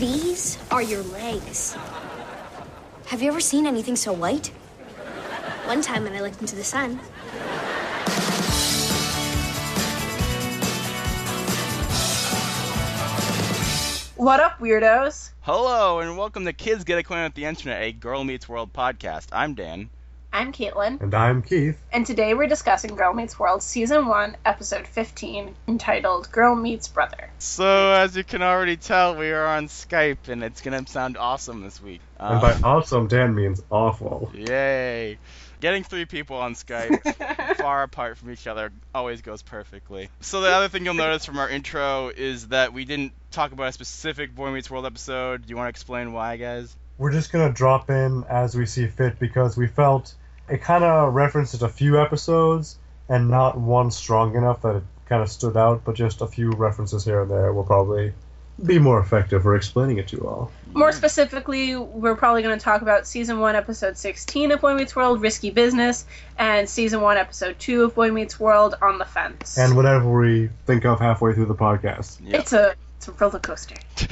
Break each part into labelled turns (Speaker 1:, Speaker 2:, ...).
Speaker 1: These are your legs. Have you ever seen anything so white? One time when I looked into the sun.
Speaker 2: What up, weirdos?
Speaker 3: Hello and welcome to Kids Get Acquainted with the Internet, a Girl Meets World podcast. I'm Dan.
Speaker 2: I'm Caitlin,
Speaker 4: And I'm Keith.
Speaker 2: and today we're discussing Girl Meets World Season 1, Episode 15, entitled Girl Meets Brother.
Speaker 3: So as you can already tell, we are on Skype and it's gonna sound awesome this week. Um,
Speaker 4: and by awesome, Dan means awful.
Speaker 3: yay! Getting three people on Skype far apart from each other always goes perfectly. So the other thing you'll notice from our intro is that we didn't talk about a specific Boy Meets World episode. Do you want to explain why, guys?
Speaker 4: We're just gonna drop in as we see fit because we felt it kind of references a few episodes and not one strong enough that it kind of stood out, but just a few references here and there will probably be more effective for explaining it to you all.
Speaker 2: More specifically, we're probably going to talk about Season 1, Episode 16 of Boy Meets World, Risky Business, and Season 1, Episode 2 of Boy Meets World, On the Fence.
Speaker 4: And whatever we think of halfway through the podcast.
Speaker 3: Yeah.
Speaker 2: it's, a, it's a roller coaster.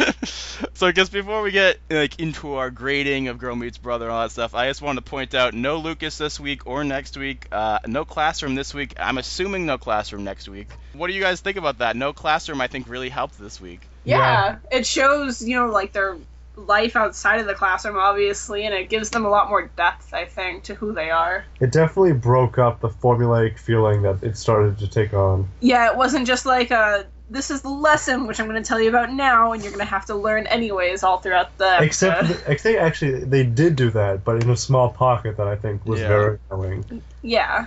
Speaker 3: so I guess before we get like into our grading of Girl Meets Brother and all that stuff, I just wanted to point out no Lucas this week or next week. Uh, no classroom this week. I'm assuming no classroom next week. What do you guys think about that? No classroom, I think, really helped this week.
Speaker 2: Yeah, it shows, you know, like their life outside of the classroom, obviously, and it gives them a lot more depth, I think, to who they are.
Speaker 4: It definitely broke up the formulaic feeling that it started to take on.
Speaker 2: Yeah, it wasn't just like a this is the lesson which I'm going to tell you about now, and you're going to have to learn anyways all throughout the
Speaker 4: Except,
Speaker 2: episode.
Speaker 4: except actually, they did do that, but in a small pocket that I think was
Speaker 3: Yeah.
Speaker 4: very annoying.
Speaker 2: yeah,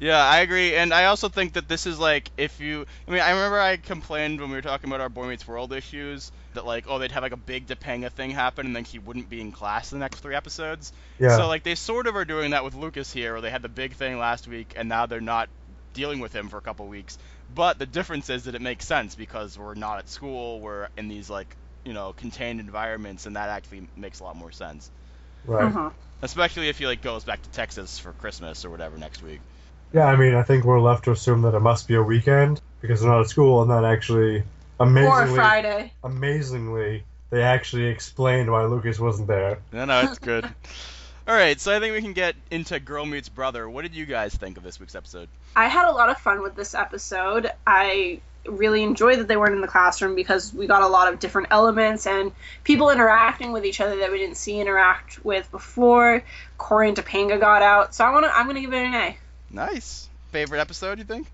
Speaker 3: Yeah, I agree, and I also think that this is like if you. I mean, I remember I complained when we were talking about our Boy Meets World issues that like, oh, they'd have like a big Topanga thing happen, and then he wouldn't be in class the next three episodes.
Speaker 4: Yeah.
Speaker 3: So like they sort of are doing that with Lucas here, where they had the big thing last week, and now they're not dealing with him for a couple weeks. But the difference is that it makes sense because we're not at school, we're in these like you know contained environments, and that actually makes a lot more sense.
Speaker 4: right.
Speaker 2: Mhm.
Speaker 3: Especially if he like goes back to Texas for Christmas or whatever next week.
Speaker 4: Yeah, I mean, I think we're left to assume that it must be a weekend because they're not at school, and then actually,
Speaker 2: or
Speaker 4: amazingly,
Speaker 2: Friday.
Speaker 4: amazingly, they actually explained why Lucas wasn't there.
Speaker 3: No, no, it's good. All right, so I think we can get into Girl Meets Brother. What did you guys think of this week's episode?
Speaker 2: I had a lot of fun with this episode. I really enjoyed that they weren't in the classroom because we got a lot of different elements and people interacting with each other that we didn't see interact with before. Corey and Topanga got out, so I want to. I'm going to give it an A.
Speaker 3: Nice. Favorite episode, you think?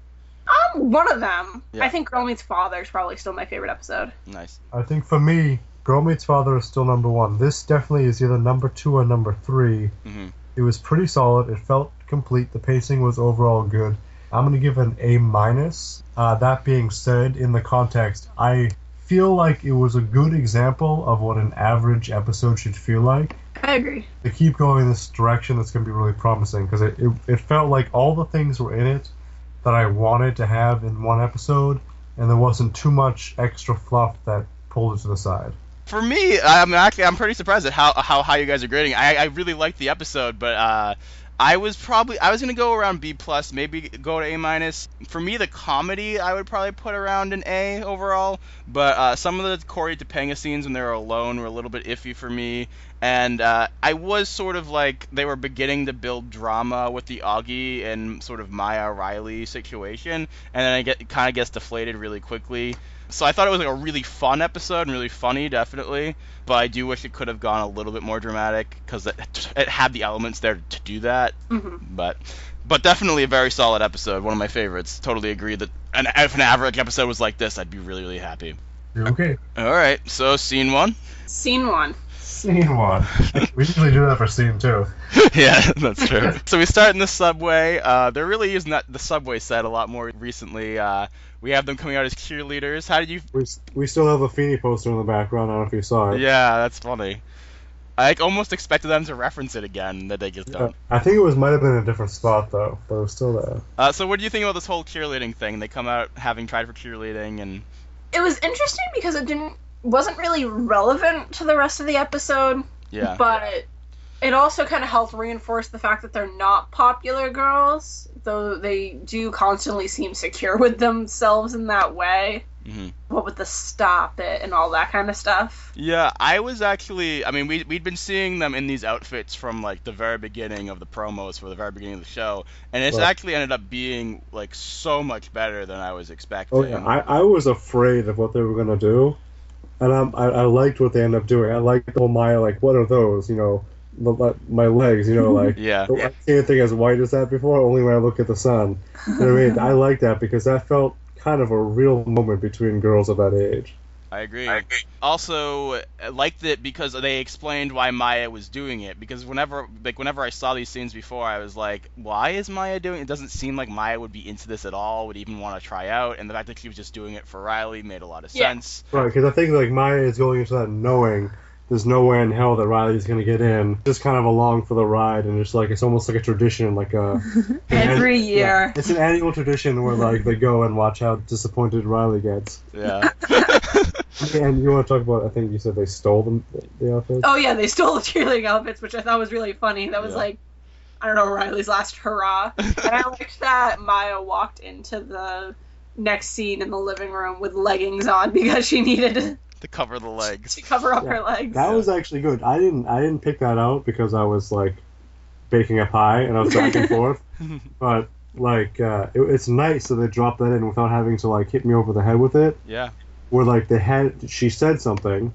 Speaker 2: Um, one of them.
Speaker 3: Yeah.
Speaker 2: I think Girl Meets Father is probably still my favorite episode.
Speaker 3: Nice.
Speaker 4: I think for me, Girl Meets Father is still number one. This definitely is either number two or number three.
Speaker 3: Mhm.
Speaker 4: It was pretty solid. It felt complete. The pacing was overall good. I'm gonna give it an A minus. Uh, that being said, in the context, I feel like it was a good example of what an average episode should feel like.
Speaker 2: I agree.
Speaker 4: they keep going in this direction that's going to be really promising because it, it, it felt like all the things were in it that I wanted to have in one episode, and there wasn't too much extra fluff that pulled it to the side.
Speaker 3: For me, I'm actually I'm pretty surprised at how how high you guys are grading. I, I really liked the episode, but uh, I was probably I was gonna go around B plus, maybe go to A minus. For me, the comedy I would probably put around an A overall, but uh, some of the Corey Topanga scenes when they were alone were a little bit iffy for me, and uh, I was sort of like they were beginning to build drama with the Augie and sort of Maya Riley situation, and then I get kind of gets deflated really quickly. So I thought it was like a really fun episode and really funny, definitely. But I do wish it could have gone a little bit more dramatic because it, it had the elements there to do that.
Speaker 2: hmm
Speaker 3: But but definitely a very solid episode, one of my favorites. Totally agree that an, if an average episode was like this, I'd be really really happy.
Speaker 4: You're okay.
Speaker 3: All right, so scene one.
Speaker 2: Scene one.
Speaker 4: Scene one. we usually do that for scene two.
Speaker 3: yeah, that's true. so we start in the subway. Uh, they're really using that the subway set a lot more recently. Uh, we have them coming out as cheerleaders. How did you
Speaker 4: We, we still have the Feeny poster in the background. I don't know if you saw it.
Speaker 3: Yeah, that's funny. I like, almost expected them to reference it again that they just don't.
Speaker 4: Uh, I think it was might have been in a different spot though, but it was still there.
Speaker 3: Uh, so what do you think about this whole cheerleading thing? They come out having tried for cheerleading and
Speaker 2: it was interesting because it didn't wasn't really relevant to the rest of the episode,
Speaker 3: yeah.
Speaker 2: but it also kind of helped reinforce the fact that they're not popular girls, though they do constantly seem secure with themselves in that way.
Speaker 3: hmm
Speaker 2: what with the stop it and all that kind of stuff.
Speaker 3: Yeah, I was actually. I mean, we we'd been seeing them in these outfits from like the very beginning of the promos for the very beginning of the show, and it's
Speaker 4: Right.
Speaker 3: actually ended up being like so much better than I was expecting.
Speaker 4: Oh yeah, I, I was afraid of what they were gonna do, and um, I, I liked what they ended up doing. I liked all my like, what are those? You know, the, le- my legs. You know, like
Speaker 3: Yeah.
Speaker 4: I have seen anything as white as that before. Only when I look at the sun. You know what I mean? I like that because that felt kind of a real moment between girls of that age.
Speaker 3: I agree. Also, I liked it because they explained why Maya was doing it. Because whenever, like, whenever I saw these scenes before, I was like, "Why is Maya doing it?" It doesn't seem like Maya would be into this at all. Would even want to try out. And the fact that she was just doing it for Riley made a lot of
Speaker 2: Yeah.
Speaker 3: sense.
Speaker 4: Right, because I think like Maya is going into that knowing there's no way in hell that Riley's gonna get in. Just kind of along for the ride, and it's like it's almost like a tradition, like a
Speaker 2: Every
Speaker 4: Yeah.
Speaker 2: year.
Speaker 4: It's an annual tradition where like they go and watch how disappointed Riley gets.
Speaker 3: Yeah.
Speaker 4: And you want to talk about? I think you said they stole them the outfits.
Speaker 2: Oh yeah, they stole the cheerleading outfits, which I thought was really funny. That was
Speaker 3: Yeah.
Speaker 2: like, I don't know, Riley's last hurrah. and I liked that Maya walked into the next scene in the living room with leggings on because she needed
Speaker 3: to cover the legs.
Speaker 2: to cover up
Speaker 4: Yeah.
Speaker 2: her legs.
Speaker 4: That was actually good. I didn't I didn't pick that out because I was like baking a pie and I was back and forth. But like uh, it, it's nice that they dropped that in without having to like hit me over the head with it.
Speaker 3: Yeah.
Speaker 4: Where like they had she said something,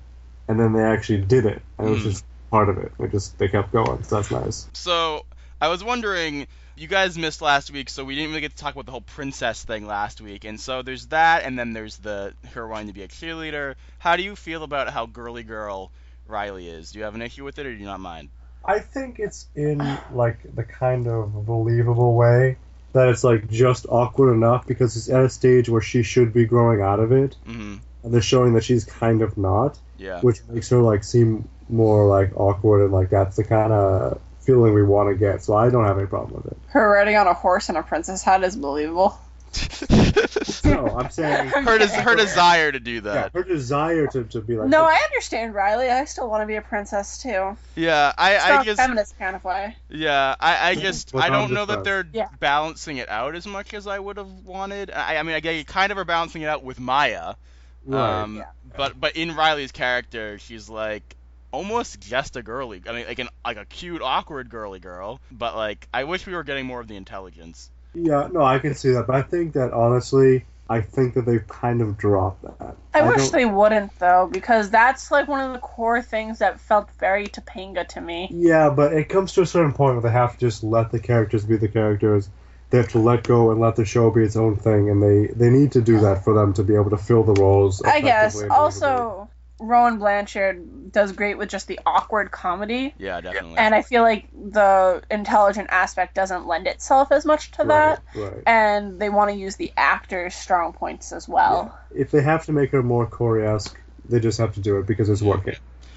Speaker 4: and then they actually did it, and it was
Speaker 3: Mm.
Speaker 4: just part of it. It just they kept going. So that's nice.
Speaker 3: So I was wondering, you guys missed last week, so we didn't really get to talk about the whole princess thing last week. And so there's that, and then there's the her wanting to be a cheerleader. How do you feel about how girly girl Riley is? Do you have an issue with it, or do you not mind?
Speaker 4: I think it's in like the kind of believable way that it's like just awkward enough because it's at a stage where she should be growing out of it,
Speaker 3: hmm
Speaker 4: and they're showing that she's kind of not,
Speaker 3: Yeah.
Speaker 4: which makes her like seem more like awkward and like that's the kind of feeling we want to get. So I don't have any problem with it.
Speaker 2: Her riding on a horse in a princess hat is believable.
Speaker 4: No, I'm saying
Speaker 3: her des- her desire to do
Speaker 4: yeah,
Speaker 3: that.
Speaker 4: her desire to, to be like
Speaker 2: No, I understand Riley. I still want to be a princess too.
Speaker 3: Yeah. I I
Speaker 2: Strong
Speaker 3: just
Speaker 2: feminist kind of way.
Speaker 3: yeah I I just
Speaker 4: What
Speaker 3: I don't
Speaker 4: Tom
Speaker 3: know that
Speaker 4: described.
Speaker 3: they're
Speaker 2: Yeah.
Speaker 3: balancing it out as much as I would have wanted. I I mean I guess you kind of are balancing it out with Maya.
Speaker 4: right.
Speaker 3: Um,
Speaker 2: Yeah.
Speaker 3: But but in Riley's character, she's like almost just a girly. I mean, like an like a cute, awkward girly girl. But like, I wish we were getting more of the intelligence.
Speaker 4: yeah, no, I can see that, but I think that honestly, I think that they've kind of dropped that.
Speaker 2: I, wish
Speaker 4: don't-
Speaker 2: they wouldn't though, because that's like one of the core things that felt very Topanga to me.
Speaker 4: Yeah, but it comes to a certain point where they have to just let the characters be the characters. They have to let go and let the show be its own thing, and they, they need to do that for them to be able to fill the roles.
Speaker 2: I guess.
Speaker 4: effectively and believably.
Speaker 2: Also, Rowan Blanchard does great with just the awkward comedy,
Speaker 3: Yeah, definitely.
Speaker 2: and I feel like the intelligent aspect doesn't lend itself as much to that.
Speaker 4: Right, right.
Speaker 2: And they want to use the actor's strong points as well.
Speaker 4: If they have to make her more Corey-esque, they just have to do it because it's working.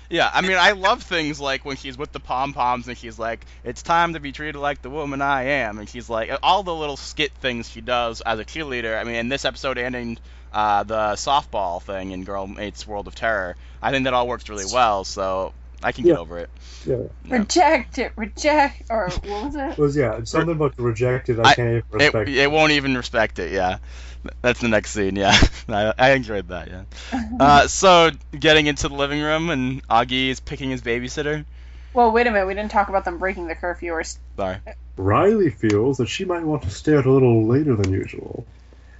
Speaker 3: yeah, I mean, I love things like when she's with the pom poms and she's like, "It's time to be treated like the woman I am," and she's like, all the little skit things she does as a cheerleader. I mean, in this episode ending. Uh, the softball thing in Girl Mates World of Terror. I think that all works really well, so I can get
Speaker 4: Yeah.
Speaker 3: over it.
Speaker 4: Yeah.
Speaker 3: Yeah.
Speaker 2: Reject it, reject, or what was it?
Speaker 4: It was, yeah, something about the rejected, I,
Speaker 3: I-
Speaker 4: can't even
Speaker 3: It,
Speaker 4: respect.
Speaker 3: it won't even respect it. Yeah, that's the next scene. Yeah, I, I enjoyed that. Yeah. Uh, so getting into the living room and Augie is picking his babysitter.
Speaker 2: Well, wait a minute. We didn't talk about them breaking the curfew or
Speaker 3: Sorry.
Speaker 4: Riley feels that she might want to stay out a little later than usual.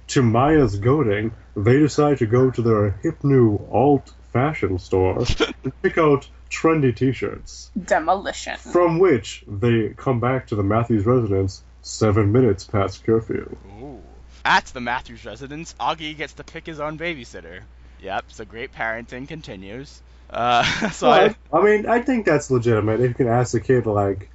Speaker 4: To Maya's goading, they decide to go to their hip new alt fashion store and pick out trendy t shirts,
Speaker 2: demolition.
Speaker 4: from which they come back to the Matthews residence seven minutes past curfew.
Speaker 3: Ooh. At the Matthews residence, Augie gets to pick his own babysitter. Yep. So great parenting continues. Uh, so I,
Speaker 4: But, I mean, I think that's legitimate. If you can ask the kid, like,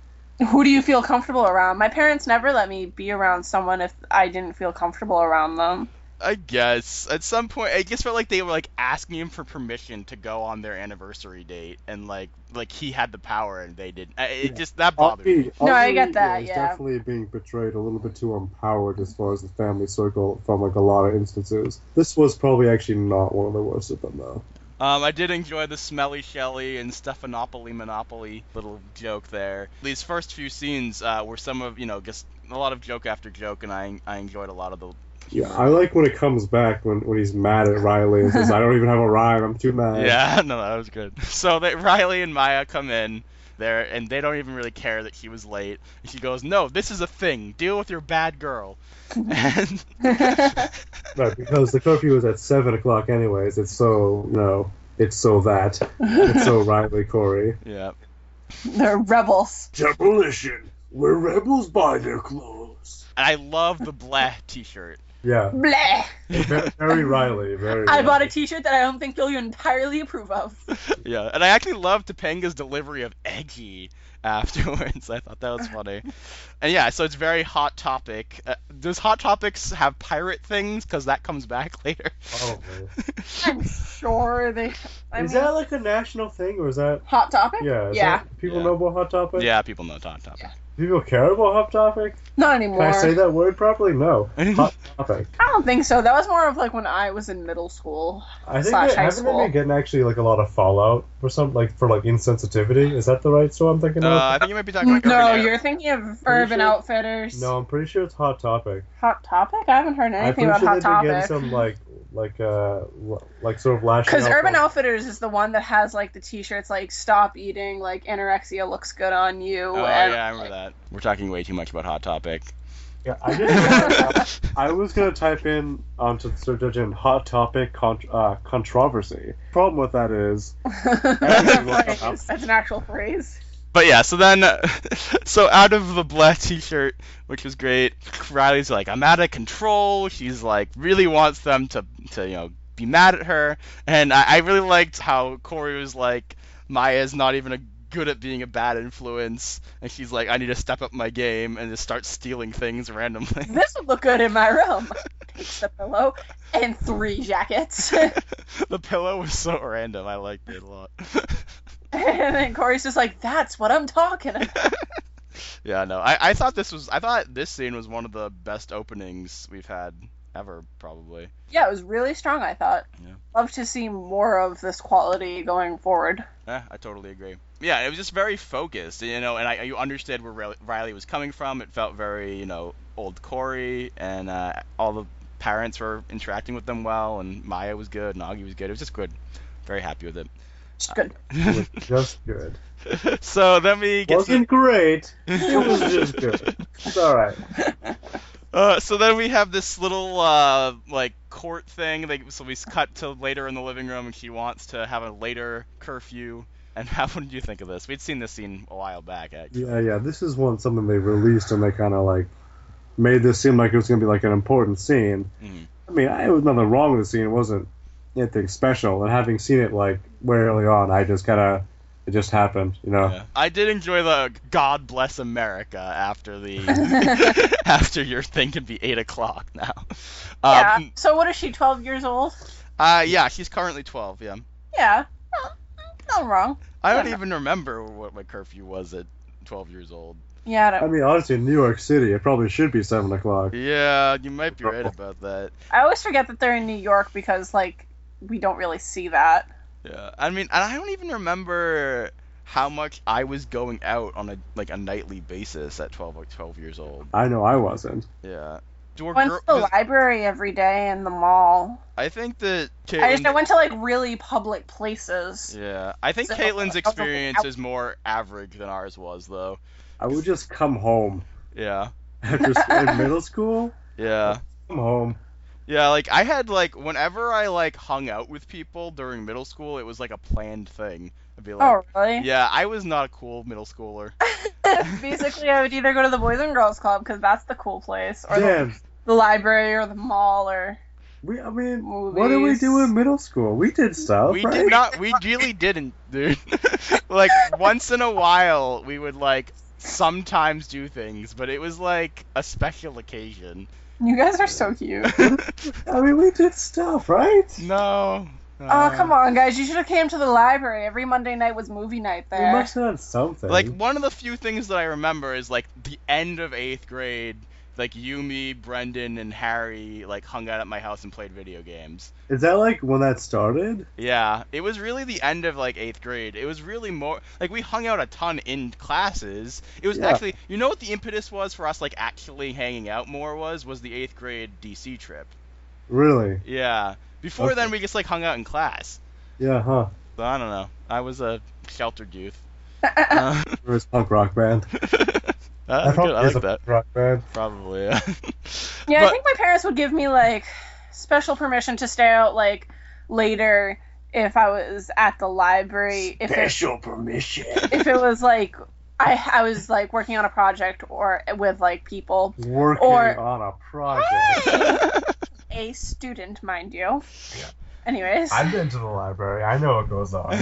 Speaker 2: Who do you feel comfortable around? My parents never let me be around someone if I didn't feel comfortable around them.
Speaker 3: I guess at some point, I just felt like they were like asking him for permission to go on their anniversary date, and like like he had the power and they didn't. I- It
Speaker 4: Yeah.
Speaker 3: just that bothered me.
Speaker 4: Augie,
Speaker 2: No, I
Speaker 4: Augie,
Speaker 2: get that,
Speaker 4: is
Speaker 2: yeah.
Speaker 4: definitely being portrayed a little bit too empowered as far as the family circle from like a lot of instances. This was probably actually not one of the worst of them though.
Speaker 3: Um, I did enjoy the Smelly Shelly and Stephanopoly Monopoly little joke there. These first few scenes uh, were some of, you know, just a lot of joke after joke, and I, I enjoyed a lot of the
Speaker 4: Yeah, I like when it comes back when, when he's mad at Riley and says, "I don't even have a rhyme. I'm too mad."
Speaker 3: Yeah, no, that was good. So that Riley and Maya come in there, and they don't even really care that he was late. He goes, "No, this is a thing. Deal with your bad girl." And
Speaker 4: Right, because the curfew is at seven o'clock anyways. It's so no, it's so that it's so Riley Corey.
Speaker 3: yeah,
Speaker 2: They're rebels.
Speaker 4: Demolition. We're rebels by their clothes.
Speaker 3: and I love the blah T-shirt.
Speaker 4: Yeah,
Speaker 2: Bleh.
Speaker 4: ve- very Riley. Very.
Speaker 2: I bought a
Speaker 4: Riley.
Speaker 2: T-shirt that I don't think you'll entirely approve of.
Speaker 3: Yeah, and I actually loved Topanga's delivery of Eggy afterwards. I thought that was funny. And yeah, so it's very hot topic. Uh, does hot topics have pirate things? Because that comes back later.
Speaker 4: Probably.
Speaker 2: I'm sure they. I
Speaker 4: is
Speaker 2: mean,
Speaker 4: that like a national thing, or is that?
Speaker 2: Hot Topic?
Speaker 4: Yeah. Is
Speaker 2: Yeah.
Speaker 4: That, people
Speaker 3: Yeah.
Speaker 4: know about Hot Topic.
Speaker 3: yeah, people know hot topic.
Speaker 4: People care about Hot Topic.
Speaker 2: Not
Speaker 4: Can
Speaker 2: anymore.
Speaker 4: I say that word properly? No. Hot Topic.
Speaker 2: I don't think so. That was more of like when I was in middle school.
Speaker 4: I think
Speaker 2: Slash
Speaker 4: they,
Speaker 2: high
Speaker 4: haven't they
Speaker 2: school.
Speaker 4: been getting actually like a lot of fallout for some like for like insensitivity? Is that the right store I'm thinking
Speaker 3: Uh,
Speaker 4: of?
Speaker 3: I think you might be talking about
Speaker 2: No,
Speaker 3: Urban Air.
Speaker 2: you're thinking of
Speaker 4: Pretty
Speaker 2: Urban
Speaker 4: sure-
Speaker 2: Outfitters.
Speaker 4: No, I'm pretty sure it's Hot Topic.
Speaker 2: Hot Topic? I haven't heard
Speaker 4: I'm
Speaker 2: anything
Speaker 4: pretty
Speaker 2: about
Speaker 4: sure
Speaker 2: Hot
Speaker 4: they've been
Speaker 2: Topic.
Speaker 4: getting some like like uh l- like sort of lashing
Speaker 2: Because
Speaker 4: out
Speaker 2: Urban
Speaker 4: on-
Speaker 2: Outfitters is the one that has like the T-shirts like "Stop eating," like "Anorexia looks good on you."
Speaker 3: Oh
Speaker 2: and,
Speaker 3: yeah, I remember that. We're talking way too much about hot topic.
Speaker 4: Yeah, I didn't. I was gonna type in onto the search engine Hot Topic contr uh, controversy. Problem with that is
Speaker 2: That's a phrase. That's an actual phrase.
Speaker 3: But yeah, so then, uh, so out of the black T-shirt, which was great, Riley's like, "I'm out of control." She's like, really wants them to, to you know, be mad at her, and I, I really liked how Corey was like, "Maya's not even a, good at being a bad influence," and she's like, "I need to step up my game and just start stealing things randomly."
Speaker 2: This would look good in my room. Takes the pillow and three jackets.
Speaker 3: the pillow was so random. I liked it a lot.
Speaker 2: and then Corey's just like, "That's what I'm talking about."
Speaker 3: yeah, no, I, I thought this was, I thought this scene was one of the best openings we've had ever, probably.
Speaker 2: Yeah, it was really strong. I thought.
Speaker 3: Yeah.
Speaker 2: Love to see more of this quality going forward.
Speaker 3: Yeah, Eh, I totally agree. Yeah, it was just very focused, you know, and I you understood where Riley- Riley was coming from. It felt very, you know, old Corey, and uh, all the parents were interacting with them well, and Maya was good, and Augie was good. It was just good. Very happy with
Speaker 2: Just good.
Speaker 3: it.
Speaker 4: it was just good.
Speaker 3: so then we get to-
Speaker 4: Wasn't great. It was just good. It's all right.
Speaker 3: Uh, so then we have this little uh, like court thing. They, so we s- cut to later in the living room, and she wants to have a later curfew. And how what did you think of this? We'd seen this scene a while back. Actually.
Speaker 4: Yeah, yeah. This is one something they released and they kind of like made this seem like it was gonna be like an important scene.
Speaker 3: Mhm.
Speaker 4: I mean, I, it was nothing wrong with the scene. It wasn't anything special. And having seen it like way early on, I just kind of it just happened, you know.
Speaker 3: Yeah. I did enjoy the "God bless America" after the after your thing can be eight o'clock now.
Speaker 2: Yeah.
Speaker 3: Um,
Speaker 2: so what is she? Twelve years old?
Speaker 3: yeah. Uh, yeah, she's currently twelve. Yeah.
Speaker 2: Yeah. No, nothing wrong.
Speaker 3: I don't
Speaker 2: Yeah.
Speaker 3: even remember what my curfew was at twelve years old.
Speaker 2: Yeah. I
Speaker 4: I
Speaker 2: don't-
Speaker 4: mean, honestly, in New York City, it probably should be seven o'clock.
Speaker 3: Yeah, you might be right about that.
Speaker 2: I always forget that they're in New York because like we don't really see that.
Speaker 3: Yeah, I mean, and I don't even remember how much I was going out on a like a nightly basis at 12, like 12 years old.
Speaker 4: I know I wasn't.
Speaker 3: Yeah. Do were
Speaker 2: went
Speaker 3: girl-
Speaker 2: to the
Speaker 3: does-
Speaker 2: library every day and the mall.
Speaker 3: I think that
Speaker 2: I just I
Speaker 3: Caitlyn-
Speaker 2: went to like really public places.
Speaker 3: yeah, I think
Speaker 2: So, uh,
Speaker 3: Caitlin's
Speaker 2: I was going
Speaker 3: experience
Speaker 2: out.
Speaker 3: is more average than ours was, though.
Speaker 4: I would just come home
Speaker 3: Yeah,
Speaker 4: after sc- in middle school.
Speaker 3: yeah,
Speaker 4: Come home.
Speaker 3: yeah. Like I had like whenever I like hung out with people during middle school, it was like a planned thing. I'd be like,
Speaker 2: Oh really?
Speaker 3: yeah, I was not a cool middle schooler.
Speaker 2: Basically, I would either go to the Boys and Girls Club because that's the cool place, or the,
Speaker 4: Damn.
Speaker 2: the library, or the mall, or
Speaker 4: We, I mean, what did we
Speaker 2: Movies.
Speaker 4: do in middle school? We did stuff,
Speaker 3: We
Speaker 4: right?
Speaker 3: did not. We really didn't, dude. like once in a while, we would like sometimes do things, but it was like a special occasion.
Speaker 2: you guys are so cute.
Speaker 3: no.
Speaker 4: I mean, we did stuff, right?
Speaker 3: no. Uh,
Speaker 2: Oh come on, guys! You should have came to the library. Every Monday night was movie night
Speaker 4: We
Speaker 2: there.
Speaker 4: must have done something.
Speaker 3: Like one of the few things that I remember is like the end of eighth grade. like you, me, Brendan, and Harry like hung out at my house and played video games.
Speaker 4: Is that like when that started?
Speaker 3: Yeah, it was really the end of like eighth grade. It was really more like we hung out a ton in classes. It was
Speaker 4: Yeah.
Speaker 3: actually, you know what the impetus was for us like actually hanging out more was was the eighth grade DC trip.
Speaker 4: Really?
Speaker 3: Yeah, before then
Speaker 4: Okay.
Speaker 3: we just like hung out in class.
Speaker 4: Yeah, huh?
Speaker 3: So I don't know. I was a sheltered youth. Uh,
Speaker 4: Or his punk rock band.
Speaker 3: that's good. I
Speaker 4: is
Speaker 3: like that.
Speaker 4: punk rock band.
Speaker 3: Probably. Yeah.
Speaker 2: Yeah, I
Speaker 3: But-
Speaker 2: think my parents would give me like special permission to stay out like later if I was at the library. If it,
Speaker 4: permission.
Speaker 2: if it was like I I was like working on a project or with like people,
Speaker 4: Working
Speaker 2: Or-
Speaker 4: on a project.
Speaker 2: a student, mind you. Anyways,
Speaker 4: I've been to the library. I know what goes on.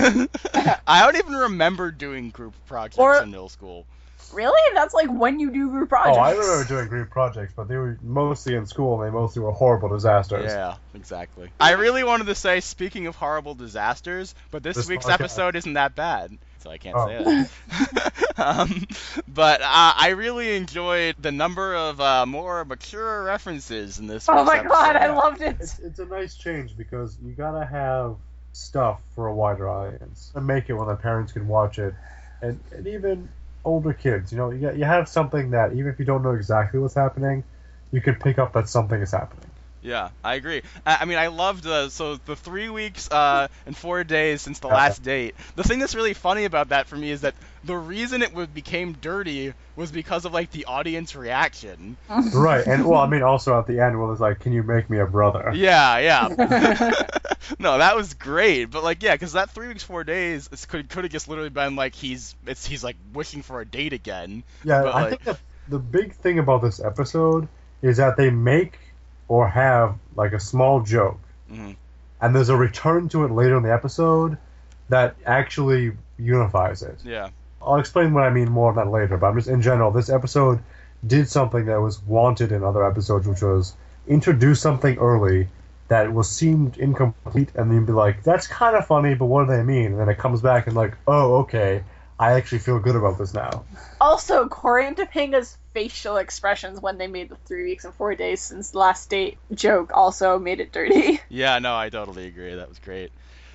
Speaker 3: I don't even remember doing group projects
Speaker 2: Or-
Speaker 3: in middle school.
Speaker 2: really, that's like when you do group
Speaker 4: Oh,
Speaker 2: projects.
Speaker 4: I remember doing group projects, but they were mostly in school and they mostly were horrible disasters.
Speaker 3: Yeah, exactly. I really wanted to say, speaking of horrible disasters, but this,
Speaker 4: This
Speaker 3: week's
Speaker 4: podcast.
Speaker 3: episode isn't that bad, so I can't
Speaker 4: Oh.
Speaker 3: say that. um, but uh, I really enjoyed the number of uh, more mature references in this.
Speaker 2: Oh
Speaker 3: week's
Speaker 2: my god, I
Speaker 3: episode.
Speaker 2: loved it.
Speaker 4: It's, it's a nice change because you gotta have stuff for a wider audience and make it when the parents can watch it, and, and even older kids. You know, you, got, you have something that even if you don't know exactly what's happening, you can pick up that something is happening.
Speaker 3: Yeah, I agree. I, I mean, I loved uh, so the three weeks uh, and four days since the last
Speaker 4: Uh-huh.
Speaker 3: date. The thing that's really funny about that for me is that the reason it would, became dirty was because of like the audience reaction.
Speaker 4: right, and well, I mean, also at the end, well, it's like, can you make me a brother?
Speaker 3: Yeah, yeah. no, that was great, but like, yeah, because that three weeks, four days it's, could could have just literally been like he's it's he's like wishing for a date again.
Speaker 4: Yeah,
Speaker 3: But,
Speaker 4: I
Speaker 3: like-
Speaker 4: think the, the big thing about this episode is that they make or have like a small joke,
Speaker 3: Mhm.
Speaker 4: and there's a return to it later in the episode that actually unifies it.
Speaker 3: Yeah,
Speaker 4: I'll explain what I mean more on that later, but I'm just in general, this episode did something that was wanted in other episodes, which was introduce something early that was seemed incomplete, and then be like, "That's kind of funny, but what do they mean?" And then it comes back and like, "Oh, okay, I actually feel good about this now."
Speaker 2: Also, Corey and Topanga's facial expressions when they made the three weeks and four days since the last date joke also made it dirty.
Speaker 3: yeah. No, I totally agree. That was great.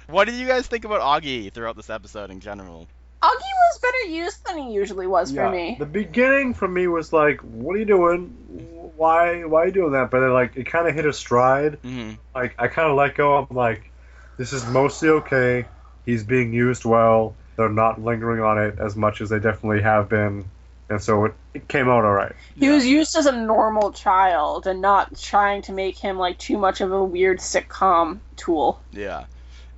Speaker 3: What did you guys think about Augie throughout this episode in general?
Speaker 2: Augie was better used than he usually was for me.
Speaker 4: The beginning for me was like, what are you doing? Why why are you doing that? But then like it kind of hit a stride.
Speaker 3: hmm
Speaker 4: Like I kind of let go. I'm like, this is mostly okay. He's being used well. They're not lingering on it as much as they definitely have been, and so it, it came out all right.
Speaker 2: He was used as a normal child and not trying to make him like too much of a weird sitcom tool.
Speaker 3: Yeah.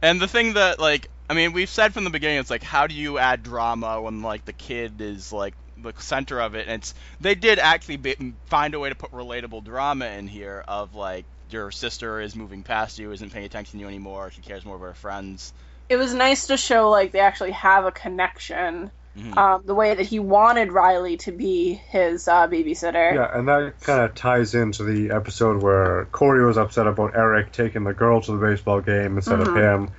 Speaker 3: And the thing that like I mean, we've said from the beginning it's like how do you add drama when like the kid is like the center of it and it's they did actually be, find a way to put relatable drama in here of like your sister is moving past you, isn't paying attention to you anymore, she cares more about her friends.
Speaker 2: It was nice to show like they actually have a connection.
Speaker 3: Mhm.
Speaker 2: Um, the way that he wanted Riley to be his uh, babysitter.
Speaker 4: Yeah, and that kind of ties into the episode where Corey was upset about Eric taking the girl to the baseball game instead of him.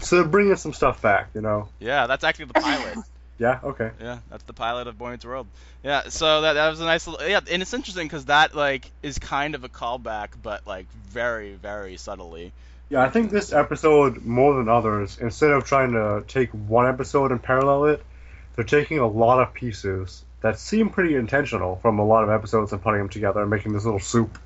Speaker 4: So they're bringing some stuff back, you know.
Speaker 3: Yeah, that's actually the pilot.
Speaker 4: Yeah. Okay.
Speaker 3: Yeah, that's the pilot of Boy Meets World. Yeah, so that that was a nice little yeah, and it's interesting because that like is kind of a callback, but like very very subtly.
Speaker 4: Yeah, I think this episode, more than others, instead of trying to take one episode and parallel it, they're taking a lot of pieces that seem pretty intentional from a lot of episodes and putting them together and making this little soup.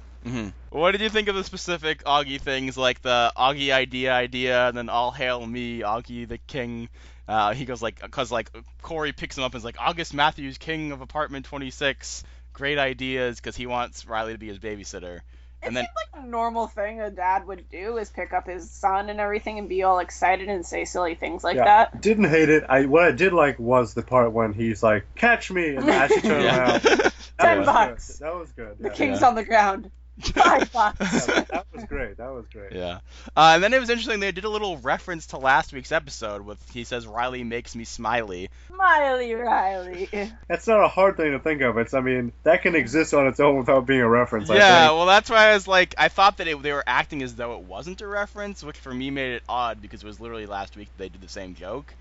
Speaker 3: What did you think of the specific Augie things, like the Augie idea idea, and then all hail me, Augie the king? Uh, he goes like, cause like Corey picks him up and is like, August Matthews, king of apartment 26, great ideas, cause he wants Riley to be his babysitter.
Speaker 2: It
Speaker 3: And then,
Speaker 2: seemed like a normal thing a dad would do is pick up his son and everything and be all excited and say silly things like that.
Speaker 4: Didn't hate it. I what I did like was the part when he's like, "Catch me!" and I actually turn
Speaker 3: yeah.
Speaker 4: around. Oh, That
Speaker 2: Ten
Speaker 4: was
Speaker 2: bucks.
Speaker 4: good. That was good.
Speaker 2: The
Speaker 4: yeah.
Speaker 2: king's
Speaker 3: Yeah.
Speaker 2: on the ground. Five bucks.
Speaker 4: Yeah, that was great. That was great.
Speaker 3: yeah. Uh, and then it was interesting. They did a little reference to last week's episode with he says Riley makes me smiley.
Speaker 2: Miley Riley.
Speaker 4: That's not a hard thing to think of. It's I mean that can exist on its own without being a reference. I
Speaker 3: yeah,
Speaker 4: think.
Speaker 3: well, that's why I was like, I thought that it, they were acting as though it wasn't a reference, which for me made it odd because it was literally last week they did the same joke.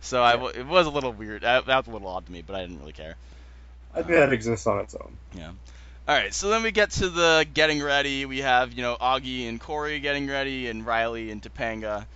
Speaker 3: So I w it was a little weird. Uh, that was a little odd to me, but I didn't really care.
Speaker 4: I think that exists on its own.
Speaker 3: All right, so then we get to the getting ready. We have you know Augie and Corey getting ready, and Riley and Topanga.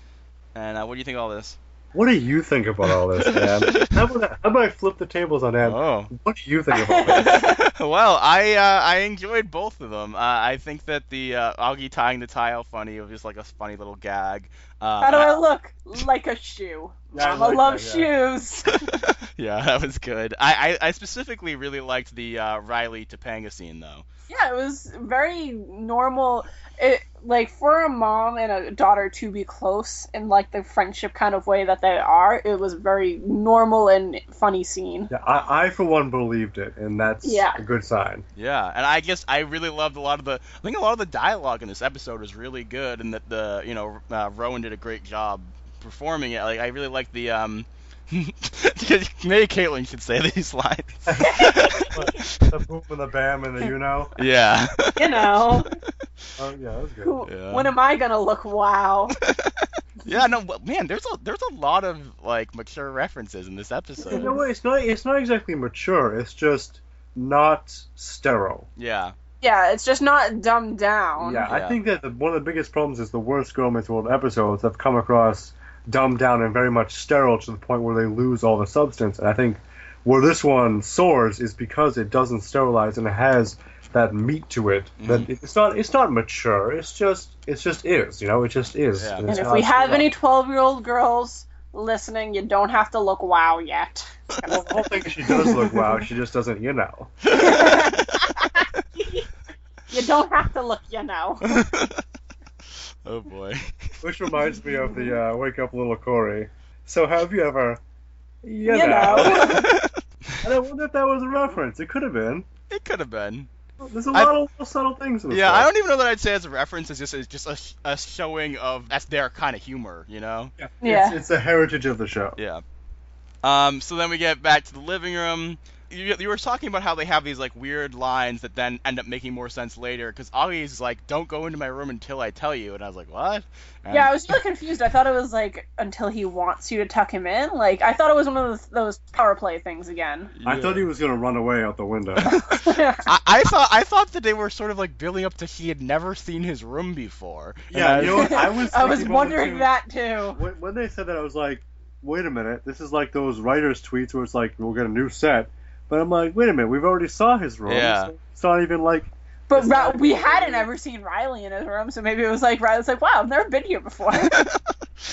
Speaker 3: And uh, what do you think of all this?
Speaker 4: What do you think about all this, Dan? how, about I, how about I flip the tables on Dan?
Speaker 3: Oh.
Speaker 4: What do you think about this?
Speaker 3: well, I uh, I enjoyed both of them. Uh, I think that the uh, Augie tying the tile funny was just like a funny little gag. Um,
Speaker 2: How do I look? Like a shoe.
Speaker 4: Uh, Yeah, I
Speaker 2: I
Speaker 4: like
Speaker 2: love
Speaker 4: that, yeah.
Speaker 2: shoes.
Speaker 3: yeah, that was good. I, I, I specifically really liked the uh, Riley Topanga scene though.
Speaker 2: yeah, it was very normal. It like for a mom and a daughter to be close in like the friendship kind of way that they are. It was very normal and funny scene.
Speaker 4: Yeah, I, I for one believed it, and that's
Speaker 2: Yeah.
Speaker 4: a good sign.
Speaker 3: Yeah, and I guess I really loved a lot of the. I think a lot of the dialogue in this episode was really good, and that the you know uh, Rowan did a great job performing it. Like I really liked the um. Maybe Caitlin should say these lines.
Speaker 4: the boom and the bam and the you know.
Speaker 3: yeah.
Speaker 2: You know,
Speaker 4: Oh yeah, that was good.
Speaker 2: Who-
Speaker 3: Yeah.
Speaker 2: when am I gonna look wow?
Speaker 3: Yeah, no, but, man. There's a there's a lot of like mature references in this
Speaker 4: You know
Speaker 3: episode.
Speaker 4: what? It's not. It's not exactly mature. It's just not sterile.
Speaker 3: Yeah,
Speaker 2: Yeah, it's just not dumbed down.
Speaker 4: Yeah,
Speaker 3: Yeah.
Speaker 4: I think that the, one of the biggest problems is the worst Girl Meets World episodes have come across dumbed down and very much sterile to the point where they lose all the substance. And I think where this one soars is because it doesn't sterilize and it has that meat to it. That it's not. It's not mature. It's just. It's just is. You know. It just is.
Speaker 3: Yeah.
Speaker 4: And
Speaker 2: And
Speaker 4: it's
Speaker 2: if we
Speaker 4: not
Speaker 2: have
Speaker 4: sterile.
Speaker 2: any 12 year old girls listening, you don't have to look wow yet.
Speaker 4: Well, the whole thing is she does look wow. She just doesn't. You know.
Speaker 2: You don't have to look, you know.
Speaker 3: oh boy.
Speaker 4: Which reminds me of the uh, wake up little Corey. So have you ever? You,
Speaker 2: You
Speaker 4: know.
Speaker 2: know.
Speaker 4: and I wonder if that was a reference. It could have been.
Speaker 3: It could have been.
Speaker 4: There's a
Speaker 3: I-
Speaker 4: lot of little subtle things in this.
Speaker 3: Yeah,
Speaker 4: one.
Speaker 3: I don't even know that I'd say it's a reference. It's just it's just a, sh- a showing of that's their kind of humor, you know.
Speaker 2: Yeah.
Speaker 4: It's, it's a heritage of the show.
Speaker 3: Yeah. Um, so then we get back to the living room. You, you were talking about how they have these like weird lines that then end up making more sense later because Augie's like, "Don't go into my room until I tell you," and I was like, "What?" And-
Speaker 2: Yeah, I was really confused. I thought it was like until he wants you to tuck him in. Like I thought it was one of those, those power play things again.
Speaker 4: I thought he was gonna run away out the window. I
Speaker 2: yeah,
Speaker 3: I, I thought I thought that they were sort of like building up to he had never seen his room before. And
Speaker 4: Yeah,
Speaker 3: I
Speaker 4: you know what? I was
Speaker 2: I was
Speaker 4: thinking about it
Speaker 2: wondering
Speaker 4: too.
Speaker 2: that too.
Speaker 4: when, when they said that, I was like, "Wait a minute! This is like those writers' tweets where it's like we'll get a new set." But I'm like, "Wait a minute! We've already saw his room.
Speaker 3: Yeah.
Speaker 4: so It's not even like
Speaker 2: But
Speaker 4: It's
Speaker 2: Ra-
Speaker 4: not-
Speaker 2: we hadn't ever seen Riley in his room, so maybe it was like Riley's like, "Wow, I've never been here before."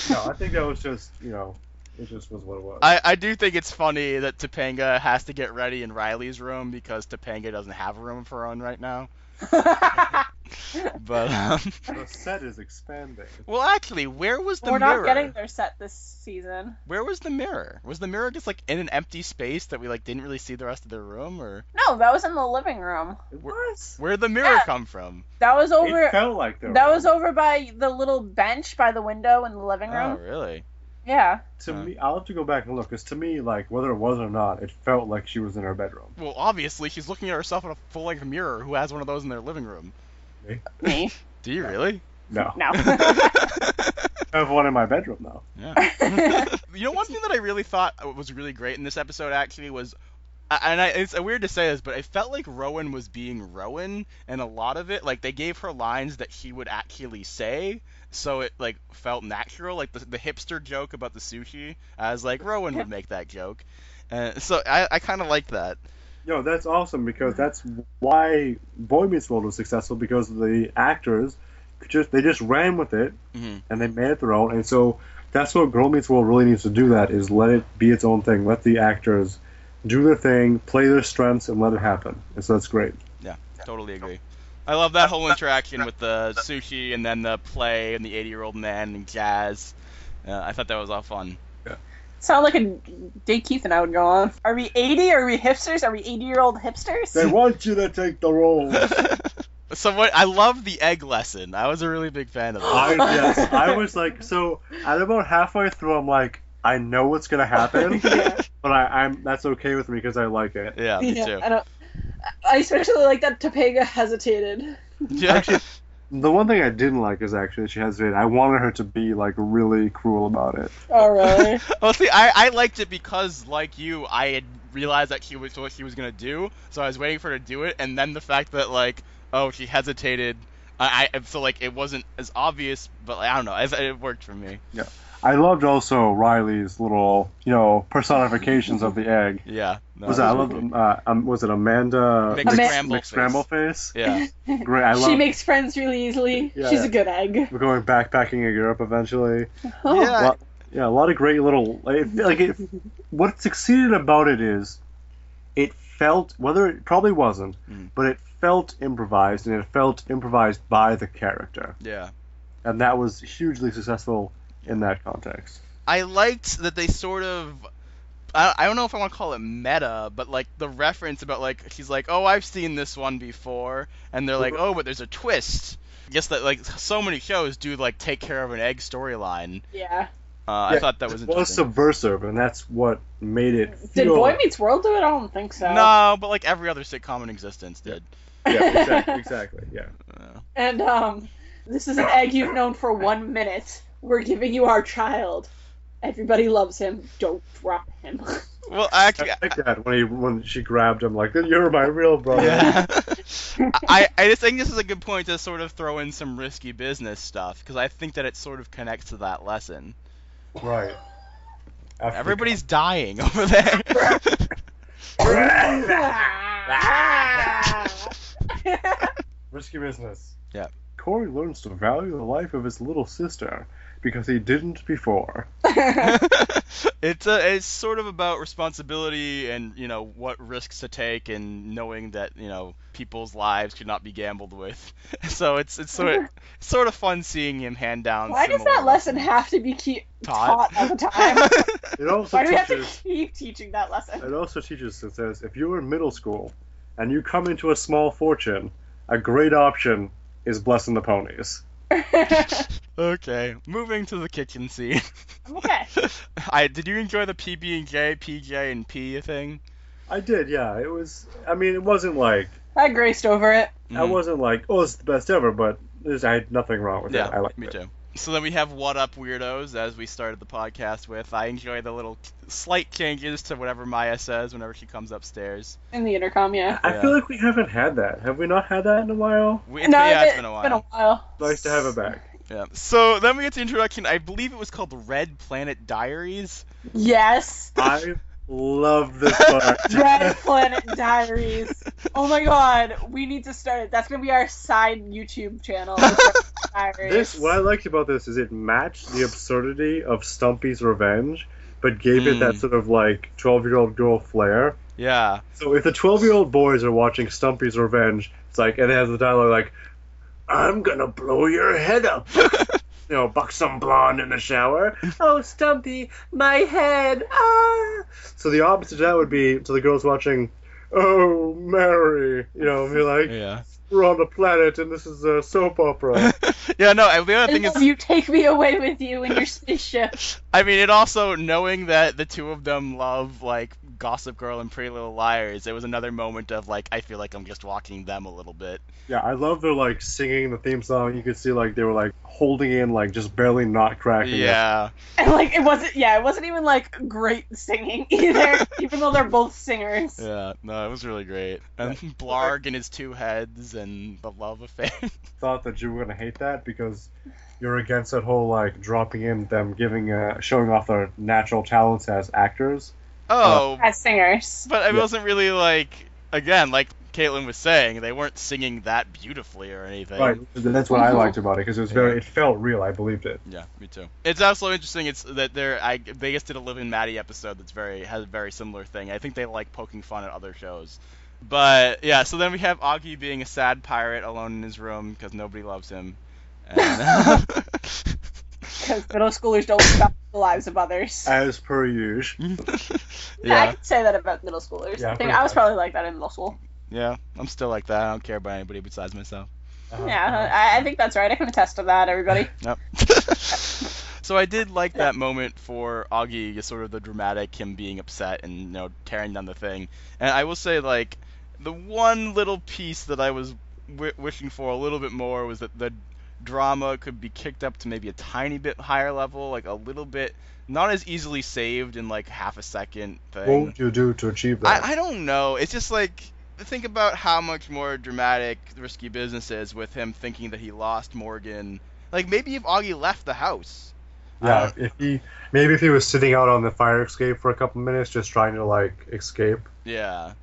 Speaker 4: no. I think that was just you know, it just was what it was."
Speaker 3: I, I do think it's funny that Topanga has to get ready in Riley's room because Topanga doesn't have a room of her own right now. But um,
Speaker 4: The set is expanding.
Speaker 3: well, actually, where was the
Speaker 2: We're not
Speaker 3: mirror?
Speaker 2: getting their set this season.
Speaker 3: Where was the mirror? Was the mirror just like in an empty space that we like didn't really see the rest of the room, or
Speaker 2: No, that was in the living room.
Speaker 4: It
Speaker 3: We're-
Speaker 4: was.
Speaker 3: where'd the mirror
Speaker 2: Yeah.
Speaker 3: come from?
Speaker 2: That was over.
Speaker 4: It felt like there
Speaker 2: that
Speaker 4: were.
Speaker 2: was over by the little bench by the window in the living
Speaker 3: Oh,
Speaker 2: room.
Speaker 3: really?
Speaker 2: Yeah.
Speaker 4: to
Speaker 3: Uh.
Speaker 4: me. I'll have to go back and look because to me, like whether it was or not, it felt like she was in her bedroom.
Speaker 3: Well, obviously, she's looking at herself in a full-length mirror. Who has one of those in their living room?
Speaker 2: Me.
Speaker 3: Do you really?
Speaker 4: No,
Speaker 2: No.
Speaker 4: I have one in my bedroom though.
Speaker 3: Yeah. you know, one thing that I really thought was really great in this episode actually was, I- and I, it's weird to say this, but I felt like Rowan was being Rowan, and a lot of it, like they gave her lines that she would actually say, so it like felt natural. Like the, the hipster joke about the sushi, I was like Rowan would make that joke, and so I, I kind of liked that.
Speaker 4: Yo, that's awesome because that's why Boy Meets World was successful because the actors could just they just ran with it
Speaker 3: Mhm.
Speaker 4: and they made it their own. And so that's what Girl Meets World really needs to do. That is let it be its own thing. Let the actors do their thing, play their strengths, and let it happen. And so that's great.
Speaker 3: Totally agree. I love that whole interaction with the sushi and then the play and the 80 year old man and jazz. Uh, I thought that was all fun.
Speaker 2: Sound like a Dave Keith and I would go on. Are we 80? Are we hipsters? Are we 80 year old hipsters?
Speaker 4: They want you to take the role.
Speaker 3: So what I love the egg lesson. I was a really big fan of
Speaker 4: I,
Speaker 3: that.
Speaker 4: yes, I was like, so at about halfway through, I'm like, I know what's gonna happen,
Speaker 2: Yeah.
Speaker 4: but I, I'm that's okay with me because I like it.
Speaker 3: Yeah, me too.
Speaker 2: I don't. I especially like that Topanga hesitated.
Speaker 3: Yeah.
Speaker 4: Actually- The one thing I didn't like is actually that she has it. I wanted her to be like really cruel about it.
Speaker 2: Oh, really?
Speaker 3: well, see, I, I liked it because, like you, I had realize that he was what he was gonna do. So I was waiting for her to do it, and then the fact that like oh she hesitated, I, I so like it wasn't as obvious, but like, I don't know, it, it worked for me.
Speaker 4: Yeah. I loved also Riley's little, you know, personifications of the egg.
Speaker 3: Yeah. No,
Speaker 4: Was that I
Speaker 3: it
Speaker 4: love?
Speaker 3: good.
Speaker 4: Uh, um, was it Amanda
Speaker 3: Mixed
Speaker 2: Ama-
Speaker 3: scramble
Speaker 4: Mixed Scramble
Speaker 3: face.
Speaker 4: Face?
Speaker 3: Yeah.
Speaker 4: Great. I love.
Speaker 2: she makes friends really easily.
Speaker 4: Yeah.
Speaker 2: She's a good egg.
Speaker 4: We're going backpacking in Europe eventually.
Speaker 2: Oh.
Speaker 3: Yeah.
Speaker 4: Well, yeah, a lot of great little like, it- like it, what succeeded about it is it felt whether it probably wasn't,
Speaker 3: Mm.
Speaker 4: but it felt improvised and it felt improvised by the character,
Speaker 3: Yeah.
Speaker 4: and that was hugely successful in that context.
Speaker 3: I liked that they sort of. I, I don't know if I want to call it meta, but like the reference about like he's like, oh, I've seen this one before, and they're like, oh, but there's a twist. I guess that like so many shows do like take care of an egg storyline.
Speaker 2: Yeah.
Speaker 3: Uh, I
Speaker 4: Yeah,
Speaker 3: thought that was
Speaker 4: it was
Speaker 3: interesting.
Speaker 4: subversive, and that's what made it.
Speaker 2: Did
Speaker 4: feel-
Speaker 2: Boy Meets World do it? I don't think so.
Speaker 3: No, but like every other sitcom in existence did.
Speaker 4: Yeah, exactly. Exactly. Yeah.
Speaker 3: Uh,
Speaker 2: And um, this is an egg you've known for one minute. We're giving you our child. Everybody loves him. Don't drop him.
Speaker 3: well, actually,
Speaker 4: I like that when he when she grabbed him like you're my real brother.
Speaker 3: Yeah. I, I just think this is a good point to sort of throw in some risky business stuff because I think that it sort of connects to that lesson.
Speaker 5: Right. After-
Speaker 3: Everybody's dying over there.
Speaker 4: Ah!
Speaker 5: risky business.
Speaker 4: Corey learns to value the life of his little sister because he didn't before.
Speaker 3: it's a, it's sort of about responsibility and you know what risks to take and knowing that you know people's lives could not be gambled with. So it's it's sort of, it's sort of fun seeing him hand down.
Speaker 2: Why does
Speaker 3: similar
Speaker 2: that lesson have to be keep
Speaker 3: Taught.
Speaker 2: taught all the time?
Speaker 4: It also
Speaker 2: Why do we have to
Speaker 4: teaches
Speaker 2: keep teaching that lesson?
Speaker 4: it also teaches and says if you are in middle school and you come into a small fortune, a great option is blessing the ponies.
Speaker 3: Okay, moving to the kitchen scene.
Speaker 2: I'm okay.
Speaker 3: I did you enjoy the PB and J, PJ and P thing?
Speaker 4: I did, yeah. It was I mean it wasn't like
Speaker 2: I graced over it.
Speaker 3: Mm.
Speaker 4: I
Speaker 3: Mm-hmm.
Speaker 4: wasn't like, oh it's the best ever, but there's I had nothing wrong with
Speaker 3: Yeah,
Speaker 4: it. I liked
Speaker 3: me
Speaker 4: it.
Speaker 3: too. So then we have What Up Weirdos, as we started the podcast with. I enjoy the little slight changes to whatever Maya says whenever she comes upstairs.
Speaker 2: In the intercom, yeah.
Speaker 4: I feel like we haven't had that. Have we not had that in a while?
Speaker 3: We,
Speaker 2: No,
Speaker 3: yeah,
Speaker 2: it-
Speaker 3: it's been a while.
Speaker 4: Nice to have it back.
Speaker 3: Yeah. So then we get to introduction. I believe it was called Red Planet Diaries.
Speaker 2: Yes.
Speaker 4: I love this part.
Speaker 2: Red Planet Diaries. Oh my god, we need to start it. That's gonna be our side YouTube channel. Red Planet Diaries.
Speaker 4: This what I liked about this is it matched the absurdity of Stumpy's revenge, but gave it that
Speaker 3: Mm.
Speaker 4: sort of like twelve year old girl flair.
Speaker 3: Yeah.
Speaker 4: So if the twelve year old boys are watching Stumpy's revenge, it's like and it has the dialogue like, "I'm gonna blow your head up." you know, buck some blonde in the shower. Oh, Stumpy, my head! Ah. So the opposite of that would be to the girls watching. Oh, Mary! You know, be like,
Speaker 3: Yeah.
Speaker 4: we're on a planet and this is a soap opera.
Speaker 3: yeah. No. I, the
Speaker 2: I
Speaker 3: other thing
Speaker 2: love
Speaker 3: is,
Speaker 2: you take me away with you in your spaceship.
Speaker 3: I mean, it also knowing that the two of them love like Gossip Girl and Pretty Little Liars. It was another moment of like, I feel like I'm just walking them a little bit.
Speaker 4: Yeah, I love their like singing the theme song. You could see like they were like holding in, like just barely not cracking. it.
Speaker 3: Yeah.
Speaker 2: And like it wasn't yeah, it wasn't even like great singing either, even though they're both singers.
Speaker 3: Yeah. No, it was really great. And Blarg and his two heads and the love affair.
Speaker 4: Thought that you were gonna hate that because you're against that whole like dropping in them giving uh showing off their natural talents as actors.
Speaker 3: oh,
Speaker 2: As singers.
Speaker 3: But it
Speaker 4: Yeah.
Speaker 3: wasn't really like again, like Caitlin was saying, they weren't singing that beautifully or anything.
Speaker 4: Right. That's what I liked about it because it was very it felt real. I believed it.
Speaker 3: Yeah, me too. It's also interesting. It's that they're I they just did a Live and Maddie episode that's very has a very similar thing. I think they like poking fun at other shows. But yeah, so then we have Augie being a sad pirate alone in his room because nobody loves him. And,
Speaker 2: Because middle schoolers don't stop the lives of others.
Speaker 4: As per usual.
Speaker 2: I
Speaker 3: yeah,
Speaker 2: could say that about middle schoolers.
Speaker 5: Yeah,
Speaker 2: I think
Speaker 5: pretty
Speaker 2: I was
Speaker 5: much.
Speaker 2: probably like that in middle school.
Speaker 3: yeah, I'm still like that. I don't care about anybody besides myself.
Speaker 4: Oh,
Speaker 5: Uh,
Speaker 2: Yeah, I, I think that's right. I can attest to that, everybody.
Speaker 3: Nope. so I did like that moment for Augie, just sort of the dramatic him being upset and you know tearing down the thing. And I will say like the one little piece that I was w- wishing for a little bit more was that the drama could be kicked up to maybe a tiny bit higher level, like a little bit not as easily saved in like half a second thing.
Speaker 4: What would you do to achieve that?
Speaker 3: I, I don't know. It's just like think about how much more dramatic risky business is with him thinking that he lost Morgan. Like maybe if Augie left the house.
Speaker 4: yeah, if, if he maybe if he was sitting out on the fire escape for a couple minutes, just trying to like escape.
Speaker 3: Yeah.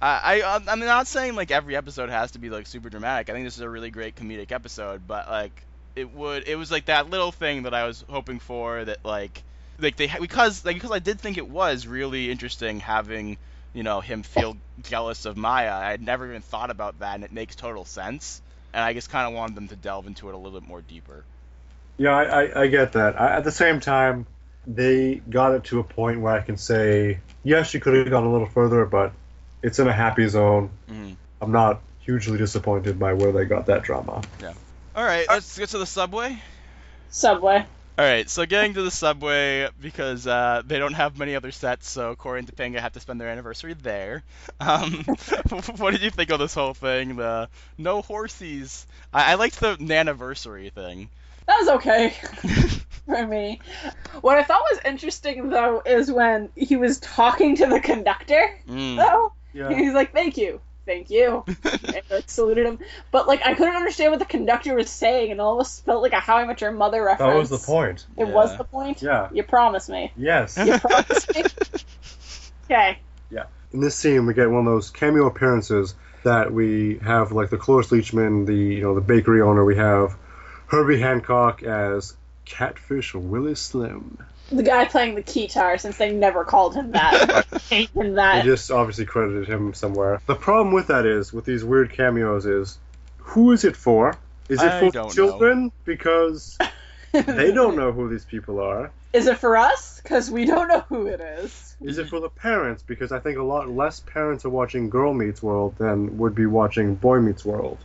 Speaker 3: I, I I'm not saying like every episode has to be like super dramatic. I think this is a really great comedic episode, but like it would it was like that little thing that I was hoping for that like like they because like because I did think it was really interesting having you know him feel jealous of Maya. I had never even thought about that, and it makes total sense. And I just kind of wanted them to delve into it a little bit more deeper.
Speaker 4: Yeah, I, I, I get that. I, at the same time, they got it to a point where I can say, yes, you could have gone a little further, but it's in a happy zone.
Speaker 3: Mhm.
Speaker 4: I'm not hugely disappointed by where they got that drama.
Speaker 3: All right, let's get to the subway.
Speaker 2: Subway.
Speaker 3: All right, so getting to the subway because uh, they don't have many other sets, so Corey and Topanga have to spend their anniversary there. Um, what did you think of this whole thing? The no horsies. I, I liked the naniversary thing.
Speaker 2: That was okay for me. What I thought was interesting though is when he was talking to the conductor.
Speaker 3: Mm.
Speaker 2: Though
Speaker 4: Yeah.
Speaker 2: he's like, "Thank you, thank you," and like, saluted him. But like, I couldn't understand what the conductor was saying, and it almost felt like a "How I Met Your Mother" reference.
Speaker 4: That was the point.
Speaker 2: It
Speaker 3: Yeah.
Speaker 2: was the point.
Speaker 4: Yeah.
Speaker 2: You promise me.
Speaker 4: Yes.
Speaker 2: You promise me. Okay.
Speaker 4: In this scene, we get one of those cameo appearances that we have, like the Cloris Leachman, the you know the bakery owner. We have Herbie Hancock as Catfish Willie Slim.
Speaker 2: The guy playing the guitar, since they never called him that, named him
Speaker 4: They
Speaker 2: that.
Speaker 4: just obviously credited him somewhere. The problem with that is, with these weird cameos, is who is it for? Is it
Speaker 3: I
Speaker 4: for
Speaker 3: don't
Speaker 4: children? Because they don't know who these people are.
Speaker 2: Is it for us? Because we don't know who it is.
Speaker 4: Is it for the parents? Because I think a lot less parents are watching Girl Meets World than would be watching Boy Meets World.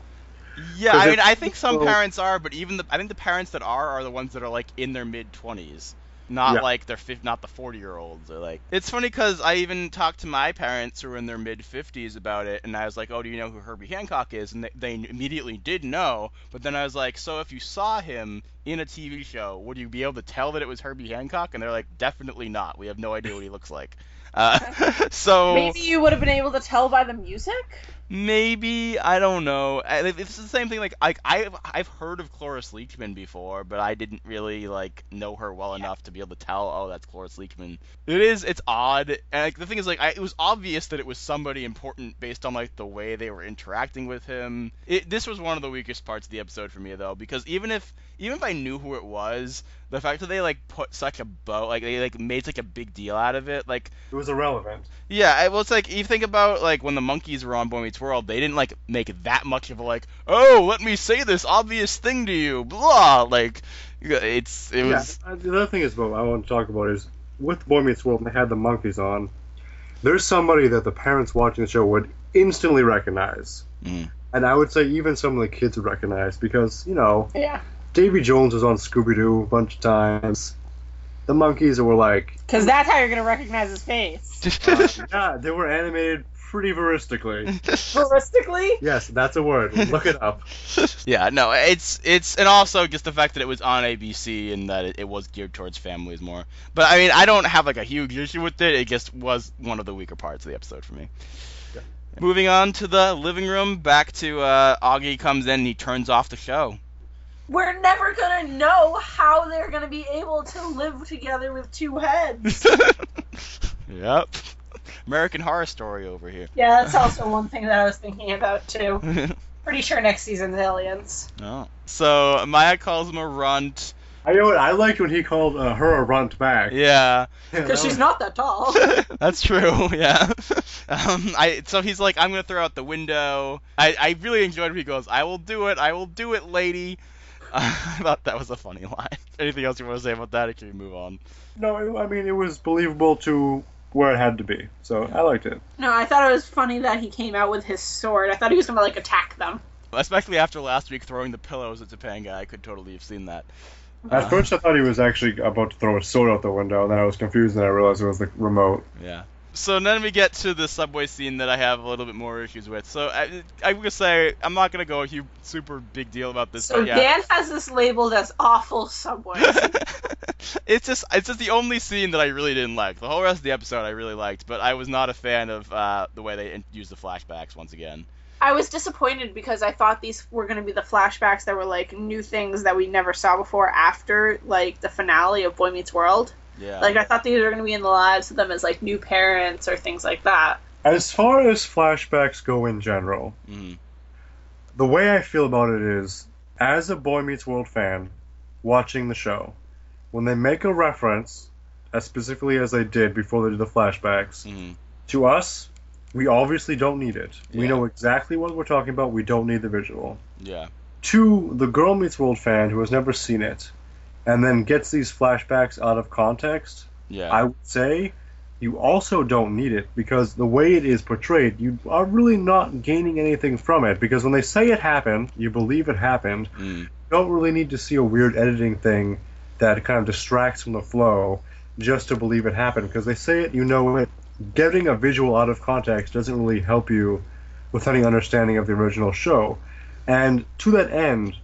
Speaker 3: Yeah,
Speaker 4: 'Cause
Speaker 3: I
Speaker 4: if
Speaker 3: mean, I think some
Speaker 4: people-
Speaker 3: parents are, but even the I think the parents that are are the ones that are like in their mid twenties, not
Speaker 4: Yeah.
Speaker 3: like they're fif- not the forty year olds. Or like it's funny because I even talked to my parents who were in their mid fifties about it, and I was like, "Oh, do you know who Herbie Hancock is?" And they, they immediately did know, but then I was like, "So if you saw him in a TV show, would you be able to tell that it was Herbie Hancock?" And they're like, "Definitely not. We have no idea what he looks like." Uh, so
Speaker 2: Maybe you would have been able to tell by the music.
Speaker 3: Maybe I don't know. I- like, It's the same thing. Like I, I've I've heard of Cloris Leachman before, but I didn't really like know her well enough to be able to tell. Oh, that's Cloris Leachman. It is. It's odd. And like the thing is, like I, it was obvious that it was somebody important based on like the way they were interacting with him. It, this was one of the weakest parts of the episode for me though, because even if even if I knew who it was, the fact that they like put such a bow, like they like made such a big deal out of it, like
Speaker 4: It was irrelevant.
Speaker 3: yeah, I, well, it's like you think about like when the monkeys were on Boy Meets World, they didn't like make that much of a like, oh, let me say this obvious thing to you, blah. Like, it's it was
Speaker 4: Yeah. Uh, The other thing is, what I want to talk about is with Boy Meets World, they had the monkeys on. There's somebody that the parents watching the show would instantly recognize,
Speaker 3: Mm.
Speaker 4: and I would say even some of the kids would recognize because you know
Speaker 2: Yeah.
Speaker 4: Davy Jones was on Scooby Doo a bunch of times. The monkeys were like,
Speaker 2: Because that's how you're going to recognize his face.
Speaker 4: uh, yeah, they were animated pretty veristically.
Speaker 2: Uh, Realistically?
Speaker 4: Yes, that's a word. Look it up.
Speaker 3: yeah, no, it's it's and also just the fact that it was on ABC and that it, it was geared towards families more. But I mean, I don't have like a huge issue with it. It just was one of the weaker parts of the episode for me. Moving on to the living room, back to uh, Augie comes in and he turns off the show.
Speaker 2: We're never going to know how they're going to be able to live together with two heads.
Speaker 3: yep. American Horror Story over here.
Speaker 2: yeah, that's also one thing that I was thinking about, too.
Speaker 3: oh.
Speaker 2: Pretty sure next season's aliens.
Speaker 3: So Maya calls him a runt.
Speaker 4: I know what I liked when he called uh, her a runt back.
Speaker 3: Yeah,
Speaker 4: Yeah, that
Speaker 2: Because she's
Speaker 4: was-
Speaker 2: not that tall.
Speaker 3: that's true. Yeah. Um, I so he's like, I'm gonna throw out the window. I, I really enjoyed when he goes, I will do it. I will do it, lady. I thought that was a funny line. Anything else you want to say about that? Or can we move on?
Speaker 4: No, I mean it was believable to where it had to be, so I liked it.
Speaker 2: no, I thought it was funny that he came out with his sword. I thought he was going to, like, attack them.
Speaker 3: Especially after last week throwing the pillows at Topanga, I could totally have seen that.
Speaker 4: At first, I thought he was actually about to throw a sword out the window, and then I was confused, and I realized it was the remote.
Speaker 3: Yeah. so then we get to the subway scene that I have a little bit more issues with. So I, I would say I'm not gonna go a huge, super big deal about this.
Speaker 2: So
Speaker 3: but yeah.
Speaker 2: Dan has this labeled as awful subway.
Speaker 3: it's just it's just the only scene that I really didn't like. The whole rest of the episode I really liked, but I was not a fan of uh, the way they in- used the flashbacks once again.
Speaker 2: I was disappointed because I thought these were going to be the flashbacks that were like new things that we never saw before after like the finale of Boy Meets World.
Speaker 3: Yeah.
Speaker 2: Like I thought these were going to be in the lives of them as like new parents or things like that.
Speaker 4: As far as flashbacks go in general,
Speaker 3: Mhm.
Speaker 4: the way I feel about it is, as a Boy Meets World fan, watching the show, when they make a reference, as specifically as they did before they did the flashbacks,
Speaker 3: Mhm.
Speaker 4: to us, we obviously don't need it. We
Speaker 3: Yeah.
Speaker 4: know exactly what we're talking about. We don't need the visual.
Speaker 3: Yeah.
Speaker 4: To the Girl Meets World fan who has never seen it, and then gets these flashbacks out of context,
Speaker 3: Yeah.
Speaker 4: I would say you also don't need it because the way it is portrayed, you are really not gaining anything from it. Because when they say it happened, you believe it happened.
Speaker 3: Mm.
Speaker 4: You don't really need to see a weird editing thing that kind of distracts from the flow just to believe it happened. Because they say it, you know it. Getting a visual out of context doesn't really help you with any understanding of the original show. And to that end,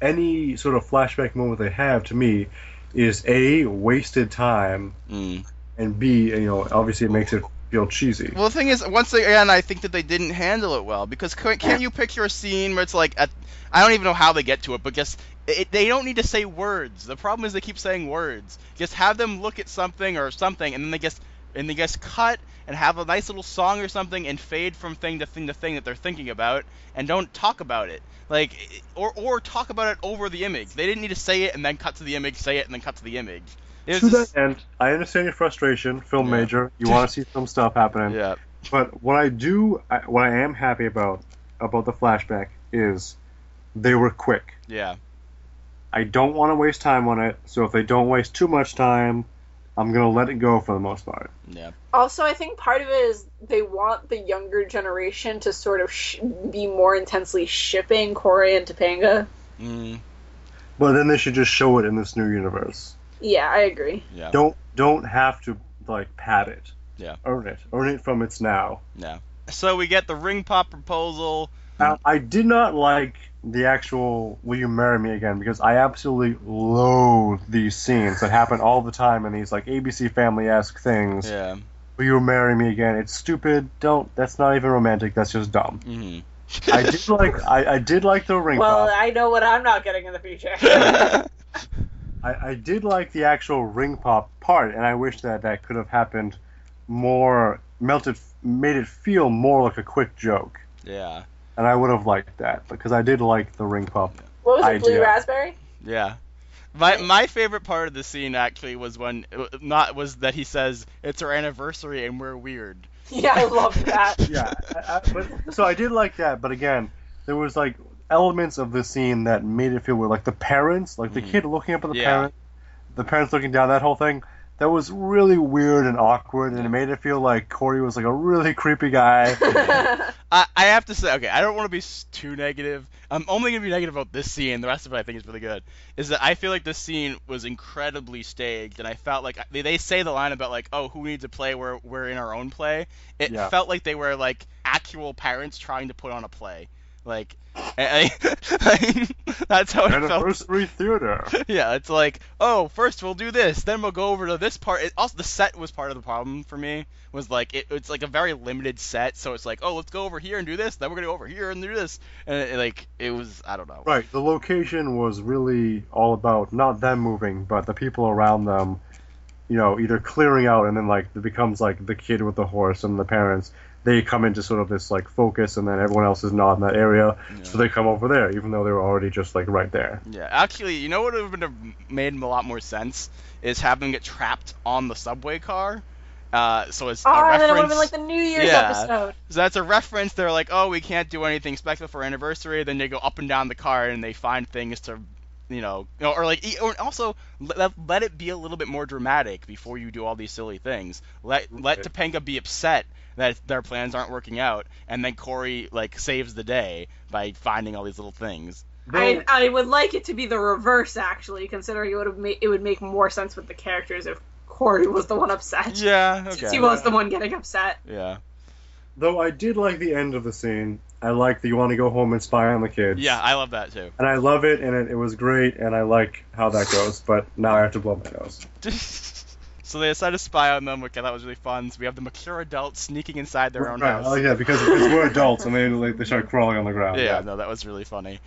Speaker 4: any sort of flashback moment they have to me is a wasted time
Speaker 3: Mm.
Speaker 4: and B, you know, obviously it makes it feel cheesy.
Speaker 3: Well, the thing is, once again, I think that they didn't handle it well because can, can you picture a scene where it's like, a, I don't even know how they get to it, but just it, they don't need to say words. The problem is they keep saying words. Just have them look at something or something, and then they just and they just cut and have a nice little song or something and fade from thing to thing to thing that they're thinking about and don't talk about it. Like or or talk about it over the image. They didn't need to say it and then cut to the image, say it and then cut to the image. It was
Speaker 4: To
Speaker 3: just-
Speaker 4: that end, I understand your frustration, film
Speaker 3: Yeah.
Speaker 4: major. You want to see some stuff happening,
Speaker 3: yeah.
Speaker 4: but what I do, I, what I am happy about about the flashback is they were quick.
Speaker 3: Yeah.
Speaker 4: I don't want to waste time on it, so if they don't waste too much time, I'm gonna let it go for the most part.
Speaker 3: Yeah.
Speaker 2: Also, I think part of it is they want the younger generation to sort of sh- be more intensely shipping Corey and Topanga.
Speaker 3: Mm,
Speaker 4: But then they should just show it in this new universe.
Speaker 2: Yeah, I agree.
Speaker 3: yeah.
Speaker 4: Don't don't have to like pad it.
Speaker 3: Yeah.
Speaker 4: Earn it. Earn it from its now.
Speaker 3: So we get the ring pop proposal.
Speaker 4: Now, I did not like the actual "Will you marry me again" because I absolutely loathe these scenes that happen all the time in these like ABC Family-esque things.
Speaker 3: Yeah.
Speaker 4: "Will you marry me again?" It's stupid. Don't. That's not even romantic. That's just dumb.
Speaker 3: hmm
Speaker 4: I did like. I, I did like the ring
Speaker 2: Well,
Speaker 4: pop.
Speaker 2: I know what I'm not getting in the future.
Speaker 4: I, I did like the actual ring pop part, and I wish that that could have happened more. Melted, made it feel more like a quick joke,
Speaker 3: yeah.
Speaker 4: and I would have liked that because I did like the ring pop.
Speaker 2: What was it,
Speaker 4: I
Speaker 2: Blue
Speaker 4: do.
Speaker 2: Raspberry?
Speaker 3: Yeah. My my favorite part of the scene actually was when not was that he says it's our anniversary and we're weird.
Speaker 2: Yeah, I love that.
Speaker 4: yeah. I, I, but, so I did like that, but again, there was like elements of the scene that made it feel weird, like the parents, like the
Speaker 3: Mhm.
Speaker 4: kid looking up at the
Speaker 3: Yeah.
Speaker 4: parent, the parents looking down. That whole thing that was really weird and awkward, and it made it feel like Corey was like a really creepy guy.
Speaker 3: I, I have to say, okay, I don't want to be s- too negative. I'm only gonna be negative about this scene. The rest of it I think is really good. Is that I feel like this scene was incredibly staged, and I felt like they, they say the line about like, oh, who needs a play? We're we're in our own play. It
Speaker 4: Yeah.
Speaker 3: felt like they were like actual parents trying to put on a play. Like, I, I, that's how it felt.
Speaker 4: Anniversary theater.
Speaker 3: yeah, it's like, oh, first we'll do this, then we'll go over to this part. It, also, the set was part of the problem for me. Was like it, it's like a very limited set, so it's like, oh, let's go over here and do this, then we're gonna go over here and do this, and it, like it was, I don't know.
Speaker 4: Right. The location was really all about not them moving, but the people around them, you know, either clearing out and then like it becomes like the kid with the horse and the parents. They come into sort of this like focus, and then everyone else is not in that area, so they come over there, even though they were already just like right there.
Speaker 3: Yeah, actually, you know what would have been- made a lot more sense is having it trapped on the subway car. Uh, so it's a
Speaker 2: Oh,
Speaker 3: reference.
Speaker 2: then it would have been like the New Year's
Speaker 3: Yeah.
Speaker 2: episode.
Speaker 3: So that's a reference. They're like, oh, we can't do anything special for anniversary. Then they go up and down the car and they find things to, you know, you know, or like, e- or also let, let it be a little bit more dramatic before you do all these silly things. Let let
Speaker 4: Okay.
Speaker 3: Topanga be upset that their plans aren't working out, and then Corey like saves the day by finding all these little things.
Speaker 2: I, I would like it to be the reverse, actually, considering it would have ma- it would make more sense with the characters if Corey was the one upset.
Speaker 3: Yeah. Okay.
Speaker 2: Since he was the one getting upset.
Speaker 3: Yeah.
Speaker 4: Though I did like the end of the scene. I like that you want to go home and spy on the kids.
Speaker 3: Yeah, I love that too.
Speaker 4: And I love it, and it, it was great, and I like how that goes, but now I have to blow my nose.
Speaker 3: so they decide to spy on them, which I thought was really fun. So we have the mature adults sneaking inside their own
Speaker 4: Right, Oh,
Speaker 3: house.
Speaker 4: I like that because, because we're adults, and they, like, they start crawling on the ground.
Speaker 3: Oh, yeah, no, that was really funny.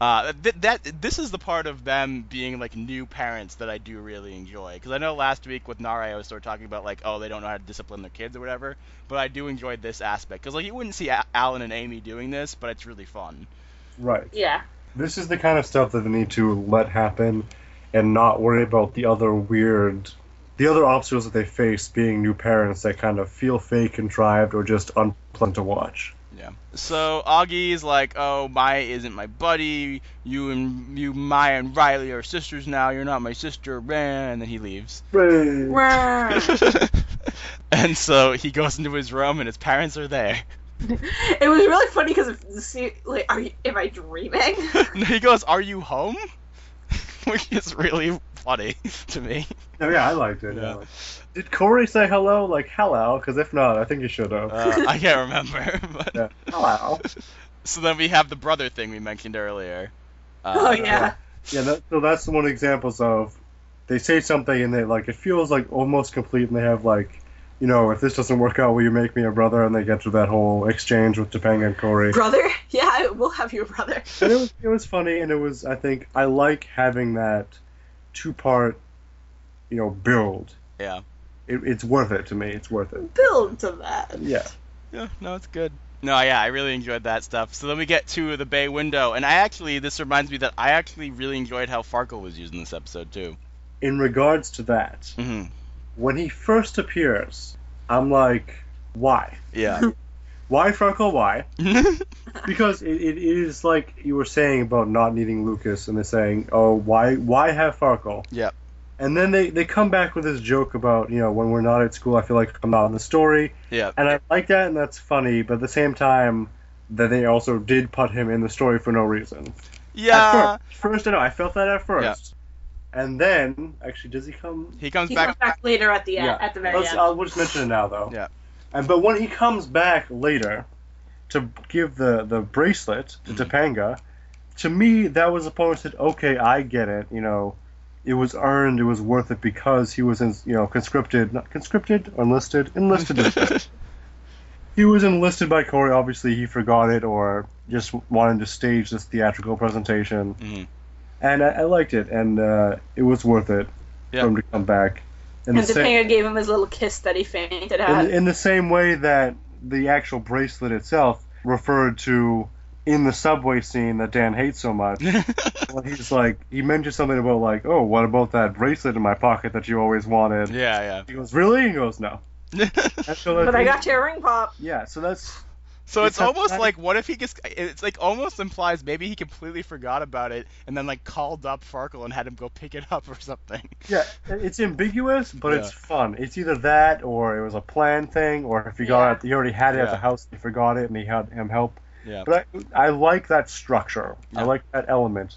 Speaker 3: Uh, th- that this is the part of them being like new parents that I do really enjoy because I know last week with Nara I was sort of talking about like oh they don't know how to discipline their kids or whatever, but I do enjoy this aspect because like you wouldn't see A- Alan and Amy doing this, but it's really fun.
Speaker 4: Right.
Speaker 2: Yeah.
Speaker 4: This is the kind of stuff that they need to let happen and not worry about the other weird the other obstacles that they face being new parents that kind of feel fake, contrived, or just unpleasant to watch.
Speaker 3: Yeah. So Augie's like, "Oh, Maya isn't my buddy. You and you, Maya and Riley are sisters now. You're not my sister." Meh," And then he leaves.
Speaker 4: Right.
Speaker 2: it
Speaker 3: and so he goes into his room, and his parents are there.
Speaker 2: was really funny because see, like, are you, am I dreaming?
Speaker 3: And he goes, "Are you home?" Which is really funny to me.
Speaker 4: Oh, yeah, I liked it.
Speaker 3: Yeah.
Speaker 4: yeah. Did Corey say hello? Like, hello? Because if not, I think you should have.
Speaker 3: Uh, I can't remember. But...
Speaker 4: yeah. Hello.
Speaker 3: So then we have the brother thing we mentioned earlier. Uh,
Speaker 2: oh yeah.
Speaker 4: Yeah, that, so that's one examples of they say something and they like it feels like almost complete and they have like you know if this doesn't work out will you make me a brother and they get to that whole exchange with Topanga and Corey
Speaker 2: Brother? Yeah, I will have you a brother.
Speaker 4: and it was it was funny and it was I think I like having that two part you know build
Speaker 3: Yeah.
Speaker 4: it, it's worth it to me it's worth it
Speaker 2: Build to that.
Speaker 4: yeah
Speaker 3: Yeah, no, it's good. No, yeah, I really enjoyed that stuff. So then we get to the bay window, and I actually, this reminds me that I actually really enjoyed how Farkle was used in this episode too.
Speaker 4: in regards to that
Speaker 3: Mm-hmm.
Speaker 4: when he first appears I'm like why
Speaker 3: Yeah.
Speaker 4: why Franco why because it, it is like you were saying about not needing Lucas, and they're saying, "Oh, why why have Farkle?"
Speaker 3: Yep.
Speaker 4: And then they, they come back with this joke about you know when we're not at school, I feel like I'm not in the story,
Speaker 3: yeah.
Speaker 4: and I like that, and that's funny. But at the same time, that they also did put him in the story for no reason.
Speaker 3: Yeah.
Speaker 4: At first, first I know I felt that at first, and then actually, does he come?
Speaker 3: He comes
Speaker 2: He
Speaker 3: back.
Speaker 2: comes back later at the end, at the very
Speaker 4: Let's,
Speaker 2: end.
Speaker 4: I'll, we'll just mention it now though.
Speaker 3: Yeah.
Speaker 4: And but when he comes back later to give the the bracelet to
Speaker 3: Mm-hmm.
Speaker 4: Topanga, to me that was the point that okay, I get it. You know, it was earned. It was worth it because he was in, you know conscripted, not conscripted, enlisted, enlisted. he was enlisted by Corey. Obviously, he forgot it or just wanted to stage this theatrical presentation.
Speaker 3: Mhm.
Speaker 4: And I, I liked it, and uh, it was worth it
Speaker 3: Yeah.
Speaker 4: for him to come back. And
Speaker 2: and
Speaker 4: the same-
Speaker 2: Topanga gave him his little kiss that he fainted at.
Speaker 4: in, in the same way that the actual bracelet itself referred to in the subway scene that Dan hates so much. when he's like, he mentions something about like, oh, what about that bracelet in my pocket that you always wanted?
Speaker 3: yeah,
Speaker 4: He goes, really? He goes, no.
Speaker 3: yeah.
Speaker 4: And so
Speaker 2: but
Speaker 4: that's-
Speaker 2: I got you a ring pop.
Speaker 4: Yeah, so that's
Speaker 3: so it's
Speaker 4: Because
Speaker 3: almost
Speaker 4: I-
Speaker 3: like what if he just it's like almost implies maybe he completely forgot about it and then like called up Farkle and had him go pick it up or something.
Speaker 4: yeah, it's ambiguous, but
Speaker 3: Yeah.
Speaker 4: it's fun. It's either that, or it was a plan thing, or if he got it, he already had it at
Speaker 3: Yeah.
Speaker 4: the house, he forgot it, and he had him help.
Speaker 3: Yeah.
Speaker 4: But I, I like that structure.
Speaker 3: Yeah.
Speaker 4: I like that element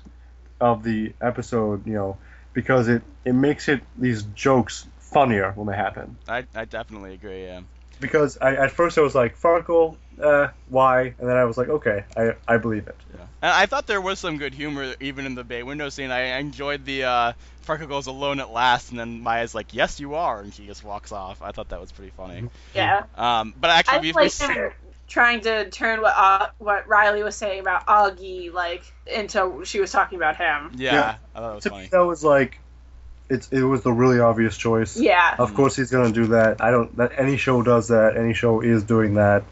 Speaker 4: of the episode, you know, because it, it makes it these jokes funnier when they happen.
Speaker 3: I I definitely agree. Yeah.
Speaker 4: Because I, at first I was like, Farkle, uh, why? And then I was like, okay, I, I believe it.
Speaker 3: Yeah. And I thought there was some good humor even in the bay window scene. I I enjoyed the uh, Farkle goes alone at last, and then Maya's like, "Yes, you are," and she just walks off. I thought that was pretty funny.
Speaker 4: Mm-hmm.
Speaker 2: Yeah.
Speaker 3: Um, but actually,
Speaker 2: I
Speaker 3: we- we-
Speaker 2: like him trying to turn what uh, what Riley was saying about Augie like into she was talking about him.
Speaker 3: yeah,
Speaker 4: Yeah.
Speaker 3: I thought that
Speaker 4: To
Speaker 3: was
Speaker 4: me,
Speaker 3: funny.
Speaker 4: that was like, it's it was the really obvious choice.
Speaker 2: Yeah.
Speaker 4: Of course he's gonna do that. I don't that any show does that. Any show is doing that.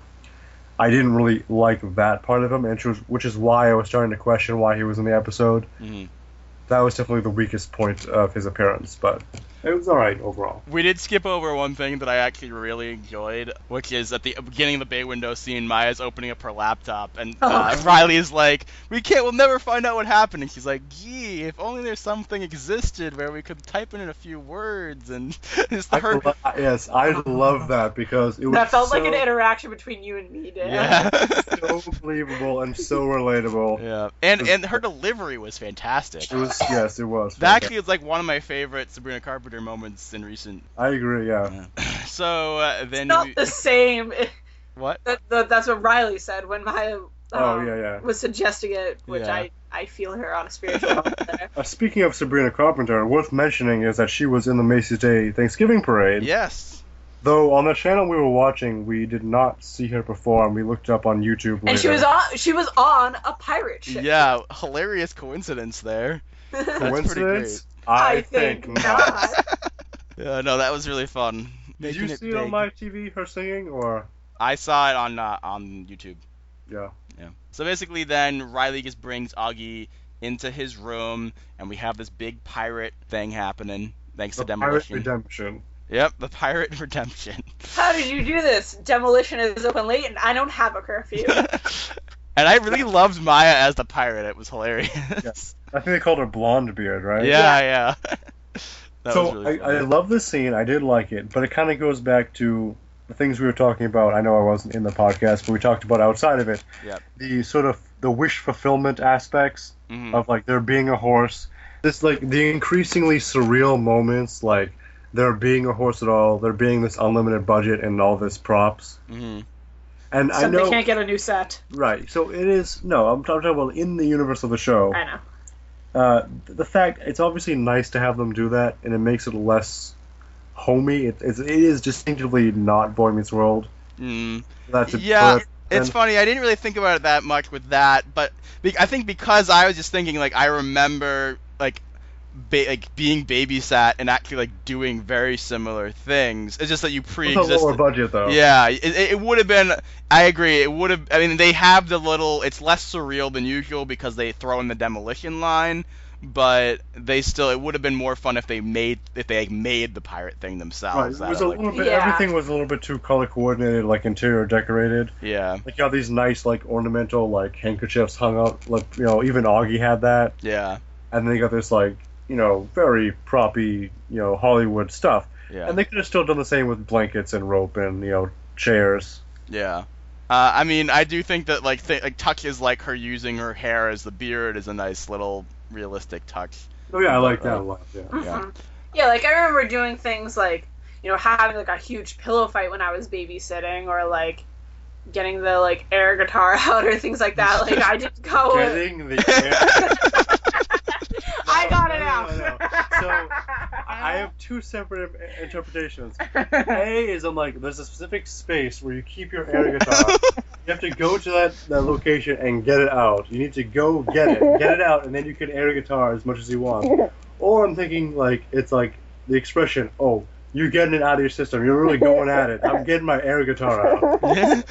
Speaker 4: I didn't really like that part of him, and which was, which is why I was starting to question why he was in the episode.
Speaker 3: Mhm.
Speaker 4: That was definitely the weakest point of his appearance, but it was all right overall.
Speaker 3: We did skip over one thing that I actually really enjoyed, which is at the beginning of the bay window scene, Maya's opening up her laptop, and uh, Riley is like, "We can't, we'll never find out what happened." And she's like, "Gee, if only there's something existed where we could type in a few words." And it's the
Speaker 4: I
Speaker 3: her.
Speaker 4: lo- yes, I love that because it was
Speaker 2: That felt
Speaker 4: so,
Speaker 2: like an interaction between you and me, Dan.
Speaker 3: Yeah.
Speaker 4: so believable and so relatable.
Speaker 3: Yeah, and and her delivery was fantastic.
Speaker 4: It was yes, it was
Speaker 3: That actually is like one of my favorite Sabrina stupider moments in recent.
Speaker 4: I agree. Yeah.
Speaker 3: So uh, then
Speaker 2: Not
Speaker 3: we-
Speaker 2: the same.
Speaker 3: what?
Speaker 2: That, that, that's what Riley said when Maya um,
Speaker 4: Oh, yeah, yeah.
Speaker 2: was suggesting it, which
Speaker 3: Yeah.
Speaker 2: I, I feel her on a spiritual level there.
Speaker 4: Uh, speaking of Sabrina Carpenter, worth mentioning is that she was in the Macy's Day Thanksgiving Parade.
Speaker 3: Yes.
Speaker 4: Though on the channel we were watching, we did not see her perform. We looked up on YouTube.
Speaker 2: And she
Speaker 4: later.
Speaker 2: was on she was on a pirate ship.
Speaker 3: Yeah. Hilarious coincidence there. That's pretty great.
Speaker 4: Coincidence? I,
Speaker 2: I
Speaker 4: think,
Speaker 2: think
Speaker 4: not.
Speaker 2: not.
Speaker 3: Yeah, no, that was really fun.
Speaker 4: Did
Speaker 3: Making
Speaker 4: you see it on
Speaker 3: big.
Speaker 4: live TV her singing or?
Speaker 3: I saw it on uh, on YouTube.
Speaker 4: Yeah.
Speaker 3: Yeah. So basically, then Riley just brings Augie into his room, and we have this big pirate thing happening. Thanks
Speaker 4: The
Speaker 3: to
Speaker 4: Pirate
Speaker 3: demolition.
Speaker 4: Redemption.
Speaker 3: yep, the pirate redemption.
Speaker 2: How did you do this? Demolition is open late and I don't have a curfew.
Speaker 3: and I really loved Maya as the pirate. It was hilarious.
Speaker 4: I think they called her Blonde Beard, right?
Speaker 3: yeah, yeah. that
Speaker 4: so
Speaker 3: was really
Speaker 4: I, I
Speaker 3: funny.
Speaker 4: love this scene. I did like it, but it kind of goes back to the things we were talking about. I know I wasn't in the podcast, but we talked about outside of it.
Speaker 3: Yep.
Speaker 4: The sort of the wish fulfillment aspects
Speaker 3: Mhm.
Speaker 4: of like there being a horse. This like the increasingly surreal moments, like there being a horse at all, there being this unlimited budget and all this props.
Speaker 3: Mhm.
Speaker 4: And
Speaker 2: so
Speaker 4: I know
Speaker 2: they can't get a new set.
Speaker 4: right. So it is no. I'm talking about in the universe of the show.
Speaker 2: I know.
Speaker 4: Uh, the fact it's obviously nice to have them do that, and it makes it less homey. It, it's, it is distinctively not Boy Meets World.
Speaker 3: Mm.
Speaker 4: That's a
Speaker 3: yeah
Speaker 4: perfect-
Speaker 3: it's funny i didn't really think about it that much with that but be- i think because i was just thinking like i remember like ba- like being babysat and actually like doing very similar things it's just that you
Speaker 4: with a
Speaker 3: pre-exist
Speaker 4: lower budget though.
Speaker 3: yeah it, it would have been i agree it would have i mean they have the little it's less surreal than usual because they throw in the demolition line but they still it would have been more fun if they made if they like, made the pirate thing
Speaker 4: Right,
Speaker 3: themselves
Speaker 4: it
Speaker 3: out
Speaker 4: was
Speaker 3: of,
Speaker 4: a
Speaker 3: like-
Speaker 4: little bit.
Speaker 2: Yeah.
Speaker 4: Everything was a little bit too color coordinated, like interior decorated.
Speaker 3: yeah
Speaker 4: Like you have these nice, like ornamental, like handkerchiefs hung up. Like you know, even Augie had that,
Speaker 3: yeah
Speaker 4: and then you got this like you know very proppy, you know Hollywood stuff.
Speaker 3: yeah
Speaker 4: And they could have still done the same with blankets and rope and you know chairs.
Speaker 3: Yeah. Uh, I mean, I do think that like th- like Tuck is like her using her hair as the beard is a nice little realistic touch.
Speaker 4: Oh yeah, I
Speaker 3: Uh,
Speaker 4: like that a lot. Yeah.
Speaker 3: Yeah.
Speaker 2: Mm-hmm. Yeah, like I remember doing things like, you know, having like a huge pillow fight when I was babysitting or like getting the like air guitar out or things like that. Like I didn't go
Speaker 4: Getting the
Speaker 2: I got it
Speaker 4: No,
Speaker 2: out.
Speaker 4: no, no, no. So, I have two separate i- interpretations. A is I'm like, there's a specific space where you keep your air guitar. You have to go to that, that location and get it out. You need to go get it, get it out, and then you can air guitar as much as you want. Or I'm thinking like it's like the expression, oh, you're getting it out of your system. You're really going at it. I'm getting my air guitar out. I'm,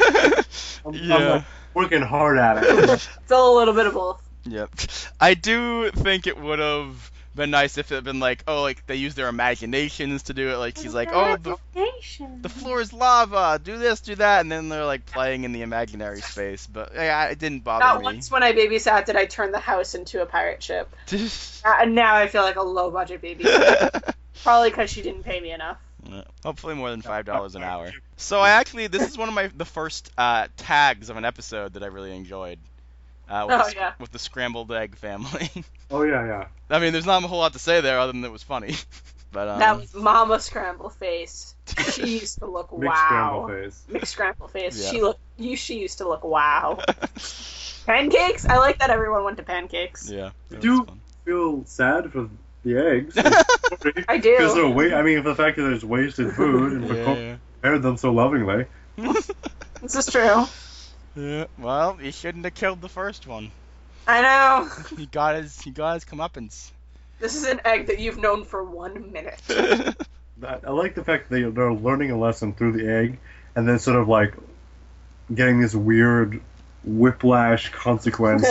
Speaker 4: I'm
Speaker 3: yeah.
Speaker 4: like working hard at it.
Speaker 2: Still a little bit of both.
Speaker 3: Yep. I do think it would have been nice if it had been like, oh, like they use their imaginations to do it. Like he's like, oh, the, the floor is lava. Do this, do that, and then they're like playing in the imaginary space. But yeah, it didn't
Speaker 2: Not
Speaker 3: bother me.
Speaker 2: once when I babysat did I turn the house into a pirate ship. Uh, and now I feel like a low budget baby. Probably because she didn't pay me enough.
Speaker 3: Yeah, Hopefully more than five dollars an hour. So I actually this is one of my the first uh, tags of an episode that I really enjoyed. Uh, with,
Speaker 2: Oh,
Speaker 3: the, sc-
Speaker 2: yeah.
Speaker 3: with the scrambled egg family.
Speaker 4: Oh yeah, yeah.
Speaker 3: I mean, there's not a whole lot to say there other than it was funny. But um,
Speaker 2: that was Mama Scramble Face. She used to look
Speaker 4: Mixed
Speaker 2: wow.
Speaker 4: scramble face.
Speaker 2: Mixed Scramble Face.
Speaker 3: Yeah.
Speaker 2: She looked. You. She used to look wow. pancakes. I like that everyone went to pancakes.
Speaker 3: yeah, that
Speaker 4: Do-
Speaker 3: was fun.
Speaker 4: feel sad for the eggs.
Speaker 2: I do.
Speaker 4: Because they're wa- I mean, the fact that there's wasted food and
Speaker 3: Yeah,
Speaker 4: prepared
Speaker 3: yeah.
Speaker 4: them so lovingly.
Speaker 2: This is true.
Speaker 3: Yeah, Well, he shouldn't have killed the first one.
Speaker 2: I know.
Speaker 3: He got his he got his comeuppance.
Speaker 2: This is an egg that you've known for one minute.
Speaker 4: I I like the fact that they- they're learning a lesson through the egg, and then sort of like getting this weird whiplash consequence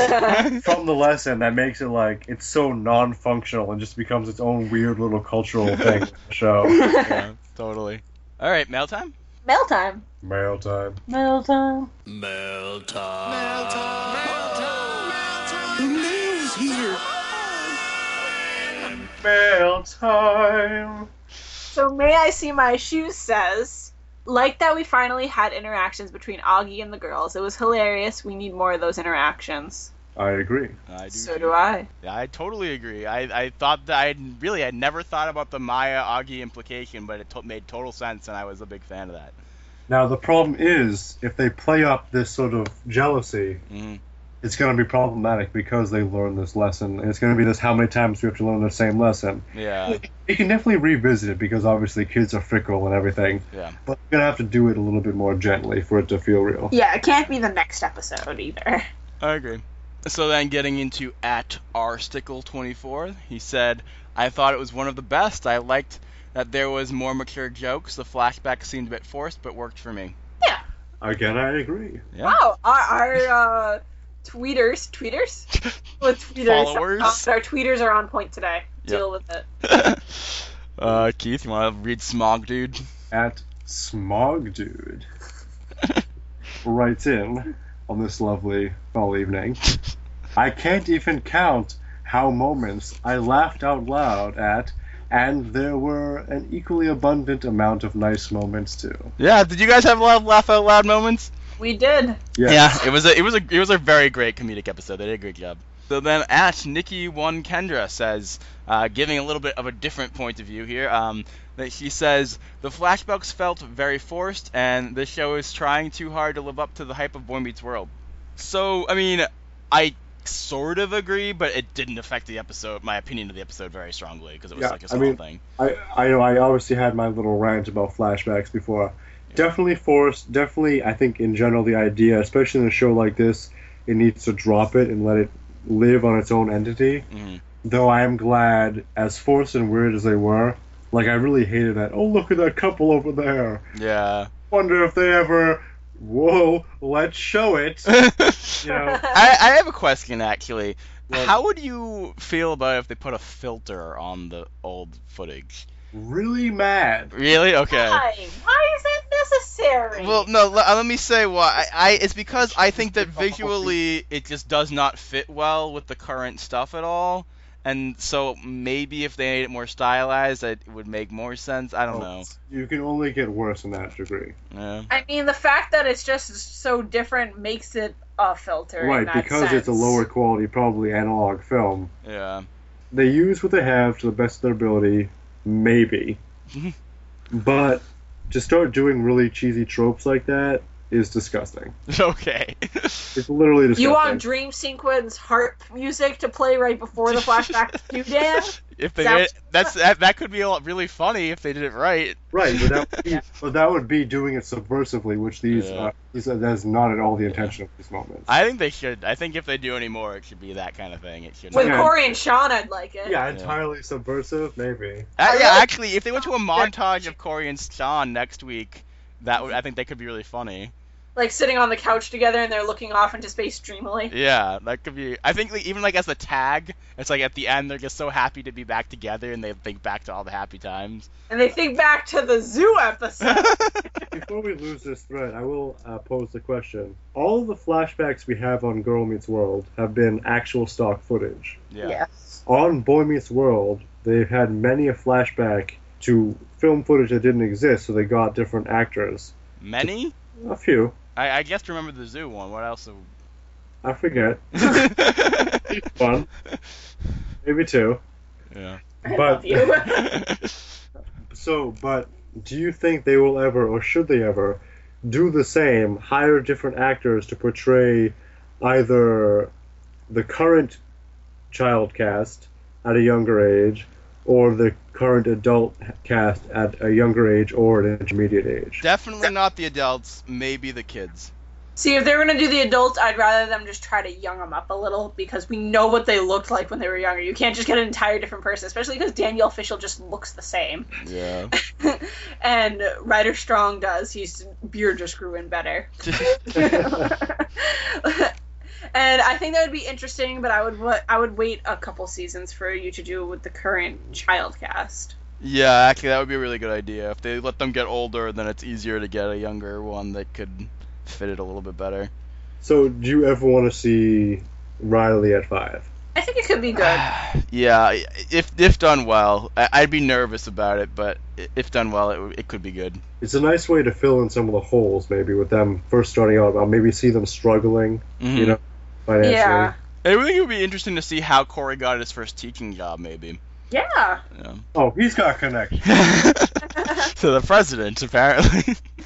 Speaker 4: from the lesson that makes it like it's so non-functional and just becomes its own weird little cultural thing. in the show
Speaker 3: yeah, totally. All right, mail time.
Speaker 2: Mail time.
Speaker 4: mail time.
Speaker 2: Mail time.
Speaker 4: Mail time.
Speaker 2: So may I see my shoes says. Like that, we finally had interactions between Augie and the girls. It was hilarious. We need more of those interactions.
Speaker 4: I agree.
Speaker 3: I do
Speaker 2: So
Speaker 3: too.
Speaker 2: do I.
Speaker 3: I totally agree. I, I thought that I had- really I never thought about the Maya Augie implication, but it to- made total sense, and I was a big fan of that.
Speaker 4: Now the problem is if they play up this sort of jealousy,
Speaker 3: Mhm.
Speaker 4: it's going to be problematic because they learn this lesson. And it's going to be this: how many times we have to learn the same lesson?
Speaker 3: Yeah,
Speaker 4: You can definitely revisit it because obviously kids are fickle and everything,
Speaker 3: yeah,
Speaker 4: but you're going to have to do it a little bit more gently for it to feel real.
Speaker 2: Yeah, it can't be the next episode either.
Speaker 3: I agree. So then, getting into at r stickle twenty four, he said, "I thought it was one of the best. I liked that there was more mature jokes. The flashback seemed a bit forced, but worked for me."
Speaker 4: Again, I agree.
Speaker 3: Yeah,
Speaker 2: Wow, Oh, our, our uh, tweeters, tweeters, with tweeters,
Speaker 3: Followers?
Speaker 2: our tweeters are on point today.
Speaker 3: Yep.
Speaker 2: Deal with it.
Speaker 3: uh, Keith, you want to read Smog Dude?
Speaker 4: at Smog Dude writes in on this lovely fall evening. I can't even count how moments I laughed out loud at, and there were an equally abundant amount of nice moments too.
Speaker 3: Yeah, did you guys have a lot of laugh out loud moments?
Speaker 2: We did.
Speaker 3: Yeah, it was a it was a it was a very great comedic episode. They did a great job. So then, at Nikki One Kendra says, uh, giving a little bit of a different point of view here. Um, that she says the flashbacks felt very forced, and the show is trying too hard to live up to the hype of Boy Meets World. So I mean, I sort of agree, but it didn't affect the episode, my opinion of the episode, very strongly because it was
Speaker 4: Yeah,
Speaker 3: like a
Speaker 4: I
Speaker 3: small
Speaker 4: mean-
Speaker 3: thing.
Speaker 4: I, I know I obviously had my little rant about flashbacks before. Definitely forced. Definitely, I think in general the idea, especially in a show like this, it needs to drop it and let it live on its own entity.
Speaker 3: Mhm.
Speaker 4: Though I am glad, as forced and weird as they were, like I really hated that. Oh look at that couple over there.
Speaker 3: Yeah.
Speaker 4: Wonder if they ever. Whoa, let's show it. You know,
Speaker 3: I, I have a question actually.
Speaker 4: Well-
Speaker 3: How would you feel about if they put a filter on the old footage?
Speaker 4: really mad.
Speaker 3: Really? Okay.
Speaker 2: Why? Why is it necessary?
Speaker 3: Well, no. Let, let me say why. I, I it's because I think that visually it just does not fit well with the current stuff at all, and so maybe if they made it more stylized, it would make more sense. I don't know.
Speaker 4: You can only get worse in that degree.
Speaker 3: Yeah.
Speaker 2: I mean, the fact that it's just so different makes it a filter. in
Speaker 4: Right,
Speaker 2: that
Speaker 4: because it's a
Speaker 2: sense.
Speaker 4: lower quality, probably analog film.
Speaker 3: Yeah.
Speaker 4: they use what they have to the best of their ability, maybe.
Speaker 3: Mhm.
Speaker 4: but to start doing really cheesy tropes like that is disgusting.
Speaker 3: Okay.
Speaker 4: It's literally disgusting.
Speaker 2: You want dream sequence harp music to play right before the flashback, you Dan?
Speaker 3: if they
Speaker 2: Sounds-
Speaker 3: did, that's that, that could be a lot, really funny if they did it right.
Speaker 4: right, but that, would be, but that would be doing it subversively, which these
Speaker 3: Yeah.
Speaker 4: uh, these uh, that's not at all the intention of these moments.
Speaker 3: I think they should. I think if they do any more, it should be that kind of thing. It should.
Speaker 2: With
Speaker 4: Yeah.
Speaker 2: Corey and Sean, I'd like it.
Speaker 4: yeah, entirely subversive, maybe.
Speaker 3: Uh,
Speaker 2: I
Speaker 3: yeah,
Speaker 2: like-
Speaker 3: actually, if they went to a montage of Corey and Sean next week, that would I think that could be really funny.
Speaker 2: Like sitting on the couch together and they're looking off into space dreamily.
Speaker 3: Yeah, that could be. I think like, even like as a tag, it's like at the end they're just so happy to be back together and they think back to all the happy times.
Speaker 2: And they think back to the zoo episode.
Speaker 4: Before we lose this thread, I will uh, pose the question: All the flashbacks we have on Girl Meets World have been actual stock footage.
Speaker 3: yeah.
Speaker 4: on Boy Meets World, they've had many a flashback to film footage that didn't exist, so they got different actors.
Speaker 3: Many?
Speaker 4: A few,
Speaker 3: I, I guess remember the zoo one. What else?
Speaker 4: I forget, one, maybe two.
Speaker 3: yeah.
Speaker 2: I love
Speaker 4: But
Speaker 2: you.
Speaker 4: so, but do you think they will ever, or should they ever, do the same? Hire different actors to portray either the current child cast at a younger age, or the current adult cast at a younger age or an intermediate age.
Speaker 3: Definitely not the adults. Maybe the kids.
Speaker 2: See, if they were gonna do the adults, I'd rather them just try to young them up a little because we know what they looked like when they were younger. You can't just get an entire different person, especially because Danielle Fishel just looks the same,
Speaker 3: Yeah.
Speaker 2: and Ryder Strong does. He's beard just grew in better. and I think that would be interesting, but I would wa- I would wait a couple seasons for you to do with the current child cast.
Speaker 3: yeah. Actually, that would be a really good idea. If they let them get older, then it's easier to get a younger one that could fit it a little bit better.
Speaker 4: So, do you ever want to see Riley at five?
Speaker 2: I think it could be good.
Speaker 3: Yeah, if if done well, I- I'd be nervous about it, but i- if done well, it, w- it could be good.
Speaker 4: It's a nice way to fill in some of the
Speaker 3: Hmm.
Speaker 4: holes, maybe with them first starting out. I'll maybe see them struggling, you know, financially.
Speaker 2: Yeah.
Speaker 3: Mm-hmm. I think it would be interesting to see how Corey got his first teaching job, maybe.
Speaker 2: Yeah.
Speaker 3: Yeah.
Speaker 4: Oh, he's got connections.
Speaker 3: to the president, apparently.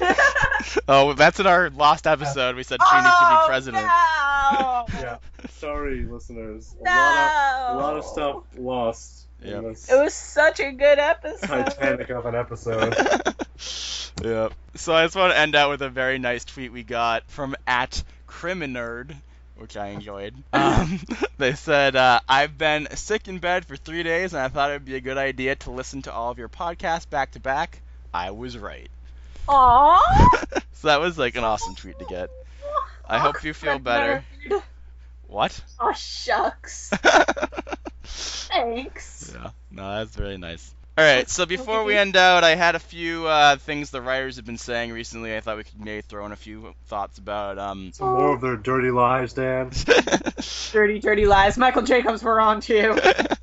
Speaker 3: oh, that's in our last episode. We said Cheney
Speaker 2: Oh,
Speaker 3: should be president.
Speaker 2: No.
Speaker 4: yeah. Sorry, listeners. A,
Speaker 2: No.
Speaker 4: lot of, a lot of stuff lost
Speaker 3: Yeah.
Speaker 4: in this
Speaker 2: It was such a good episode.
Speaker 4: Titanic of an episode.
Speaker 3: yeah. So I just want to end out with a very nice tweet we got from at Criminerd, which I enjoyed. Um, they said, uh, "I've been sick in bed for three days, and I thought it would be a good idea to listen to all of your podcasts back to back. I was right."
Speaker 2: Aww.
Speaker 3: So that was like an awesome tweet to get. I hope you feel better. What?
Speaker 2: Oh shucks. Thanks.
Speaker 3: Yeah, no, that's very nice. All right, so before we end out, I had a few uh, things the writers have been saying recently. I thought we could maybe throw in a few thoughts about. Um...
Speaker 4: Some more of their dirty lies, Dan.
Speaker 2: Dirty, dirty lies. Michael Jacobs, we're on to you.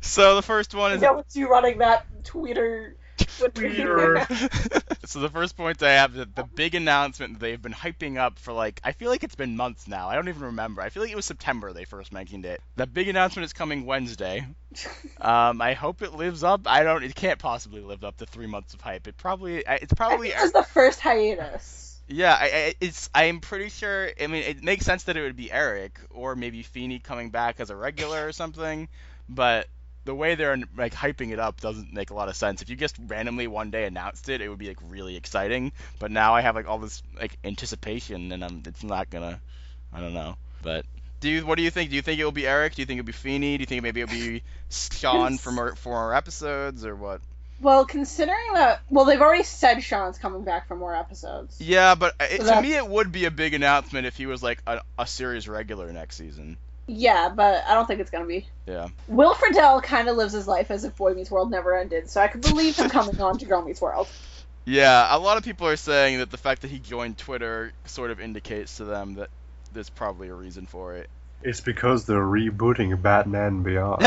Speaker 3: so the first one is.
Speaker 2: Yeah, what's you running that Twitter?
Speaker 4: Twitter.
Speaker 3: so the first point I have the, the big announcement that they've been hyping up for like I feel like it's been months now. I don't even remember. I feel like it was September they first mentioned it. The big announcement is coming Wednesday. Um, I hope it lives up. I don't. It can't possibly live up to three months of hype. It probably. I- It's
Speaker 2: I think
Speaker 3: probably.
Speaker 2: it was the first hiatus.
Speaker 3: Yeah, I, I, it's. I'm pretty sure. I mean, it makes sense that it would be Eric or maybe Feeney coming back as a regular or something, but the way they're like hyping it up doesn't make a lot of sense. If you just randomly one day announced it, it would be like really exciting. But now I have like all this like anticipation, and I'm. It's not gonna. I don't know. But do you? What do you think? Do you think it will be Eric? Do you think it'll be Feeney? Do you think maybe it'll be Sean from our, from our episodes or what?
Speaker 2: Well, considering that, well, they've already said Sean's coming back for more episodes.
Speaker 3: Yeah, but uh, it, to
Speaker 2: that's-
Speaker 3: me, it would be a big announcement if he was like a, a series regular next season.
Speaker 2: Yeah, but I don't think it's gonna be.
Speaker 3: Yeah.
Speaker 2: Will Friedle kind of lives his life as if Boy Meets World never ended, so I could believe him coming on to Girl Meets World.
Speaker 3: Yeah, a lot of people are saying that the fact that he joined Twitter sort of indicates to them that there's probably a reason for it.
Speaker 4: It's because they're rebooting Batman Beyond.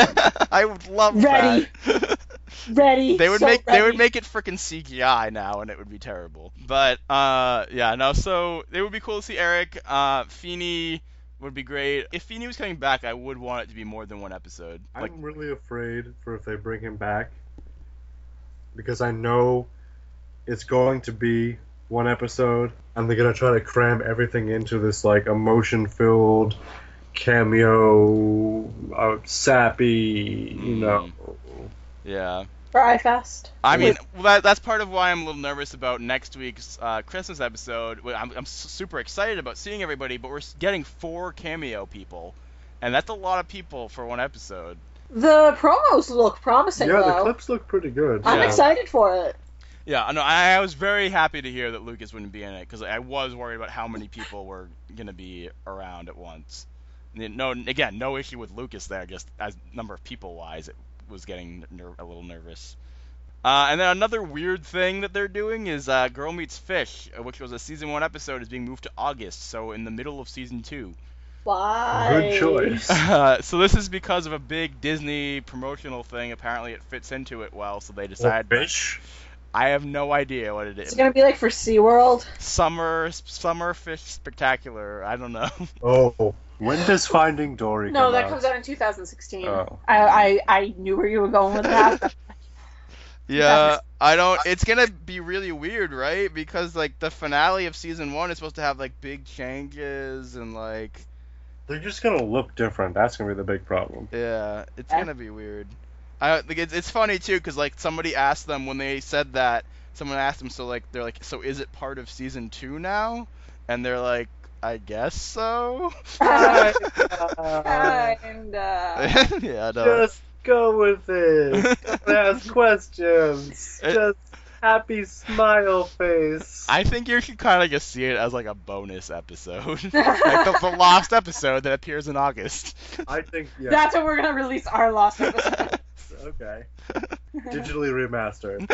Speaker 3: I would love
Speaker 2: Ready.
Speaker 3: that.
Speaker 2: Ready?
Speaker 3: they would
Speaker 2: so
Speaker 3: make they would
Speaker 2: ready.
Speaker 3: make it freaking CGI now, and it would be terrible. But uh, yeah, no. So it would be cool to see Eric. Uh, Feeney would be great. If Feeney was coming back, I would want it to be more than one episode. Like,
Speaker 4: I'm really afraid for if they bring him back because I know it's going to be one episode and they're going to try to cram everything into this like emotion filled cameo uh, sappy you know
Speaker 3: yeah.
Speaker 2: Fry Fest.
Speaker 3: I mean, well, that, that's part of why I'm a little nervous about next week's uh, Christmas episode. Well, I'm, I'm s- super excited about seeing everybody, but we're s- getting four cameo people, and that's a lot of people for one episode.
Speaker 2: The promos look promising
Speaker 4: yeah
Speaker 2: though.
Speaker 4: the clips look pretty good
Speaker 2: I'm
Speaker 3: Yeah.
Speaker 2: excited for it.
Speaker 3: Yeah, I know. I, I was very happy to hear that Lucas wouldn't be in it because I was worried about how many people were gonna be around at once. And then- No, again, no issue with Lucas there. Just as number of people wise, it was getting ner- a little nervous. Uh, and then another weird thing that they're doing is uh, Girl Meets Fish, uh, which was a season one episode, is being moved to August, so in the middle of season two.
Speaker 2: Why?
Speaker 4: good choice
Speaker 3: Uh, so this is because of a big Disney promotional thing. Apparently, it fits into it well, so they decided.
Speaker 4: Oh, bitch
Speaker 3: I have no idea what it is.
Speaker 2: It's gonna be like for SeaWorld.
Speaker 3: Summer, summer fish spectacular. I don't know.
Speaker 4: oh when does Finding Dory
Speaker 2: No,
Speaker 4: come
Speaker 2: that
Speaker 4: out?
Speaker 2: comes out in 2016.
Speaker 4: Oh.
Speaker 2: I, I I knew where you were going with that.
Speaker 3: Yeah, I don't. It's gonna be really weird, right? Because like the finale of season one is supposed to have like big changes and like
Speaker 4: they're just gonna look different that's gonna be the big problem
Speaker 3: yeah, it's
Speaker 2: Yeah.
Speaker 3: gonna be weird. I don't- like it's it's funny too because like somebody asked them when they said that someone asked them so like they're like so is it part of season two now? And they're like I guess so.
Speaker 2: Uh,
Speaker 4: Uh,
Speaker 2: and uh,
Speaker 3: yeah, no.
Speaker 4: Just go with it. Don't ask questions.
Speaker 3: It-
Speaker 4: Just happy smile face.
Speaker 3: I think you should kind of just see it as like a bonus episode, like the, the lost episode that appears in August.
Speaker 4: I think yeah.
Speaker 2: that's when we're gonna release our lost episode.
Speaker 4: okay. Digitally remastered.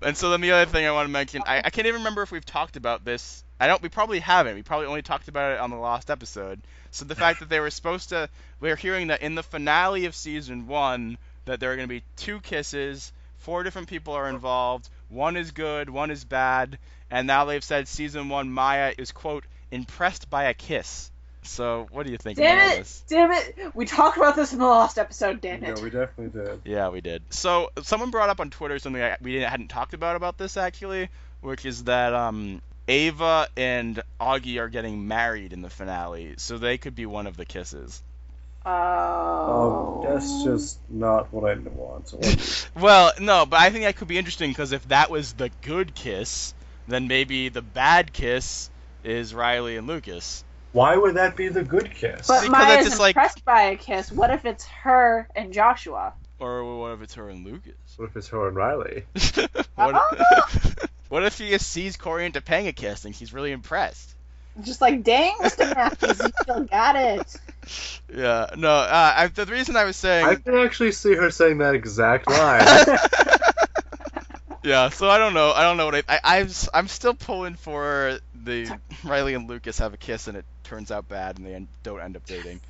Speaker 3: and so then the other thing I want to mention, I, I can't even remember if we've talked about this. I don't. We probably haven't. We probably only talked about it on the last episode. So the fact that they were supposed to, we are hearing that in the finale of season one that there are going to be two kisses. Four different people are involved. One is good, one is bad, and now they've said season one Maya is quote impressed by a kiss. So, what do you think
Speaker 2: Damn
Speaker 3: about all
Speaker 2: it!
Speaker 3: this?
Speaker 2: Damn it! We talked about this in the last episode. Damn
Speaker 4: Yeah,
Speaker 2: it!
Speaker 4: we definitely did.
Speaker 3: Yeah, we did. So, someone brought up on Twitter something I, we didn't, hadn't talked about about this actually, which is that um, Ava and Augie are getting married in the finale, so they could be one of the kisses.
Speaker 2: oh,
Speaker 4: Um, that's just not what I want. So what-
Speaker 3: Well, no, but I think that could be interesting because if that was the good kiss, then maybe the bad kiss is Riley and Lucas.
Speaker 4: Why would that be the good kiss?
Speaker 2: But
Speaker 3: because
Speaker 2: Maya's
Speaker 3: it's just like-
Speaker 2: impressed by a kiss. What if it's her and Joshua?
Speaker 3: Or what if it's her and Lucas?
Speaker 4: what if it's her and Riley?
Speaker 3: what, what if she just sees Corey and Topanga kiss and she's really impressed?
Speaker 2: Just like, dang, Mr. Matthews, you still got it.
Speaker 3: Yeah, no, uh, I, the reason I was saying.
Speaker 4: I can actually see her saying that exact line.
Speaker 3: Yeah, so I don't know. I don't know what I, I I'm s- I'm still pulling for the Riley and Lucas have a kiss and it turns out bad and they end, don't end up dating.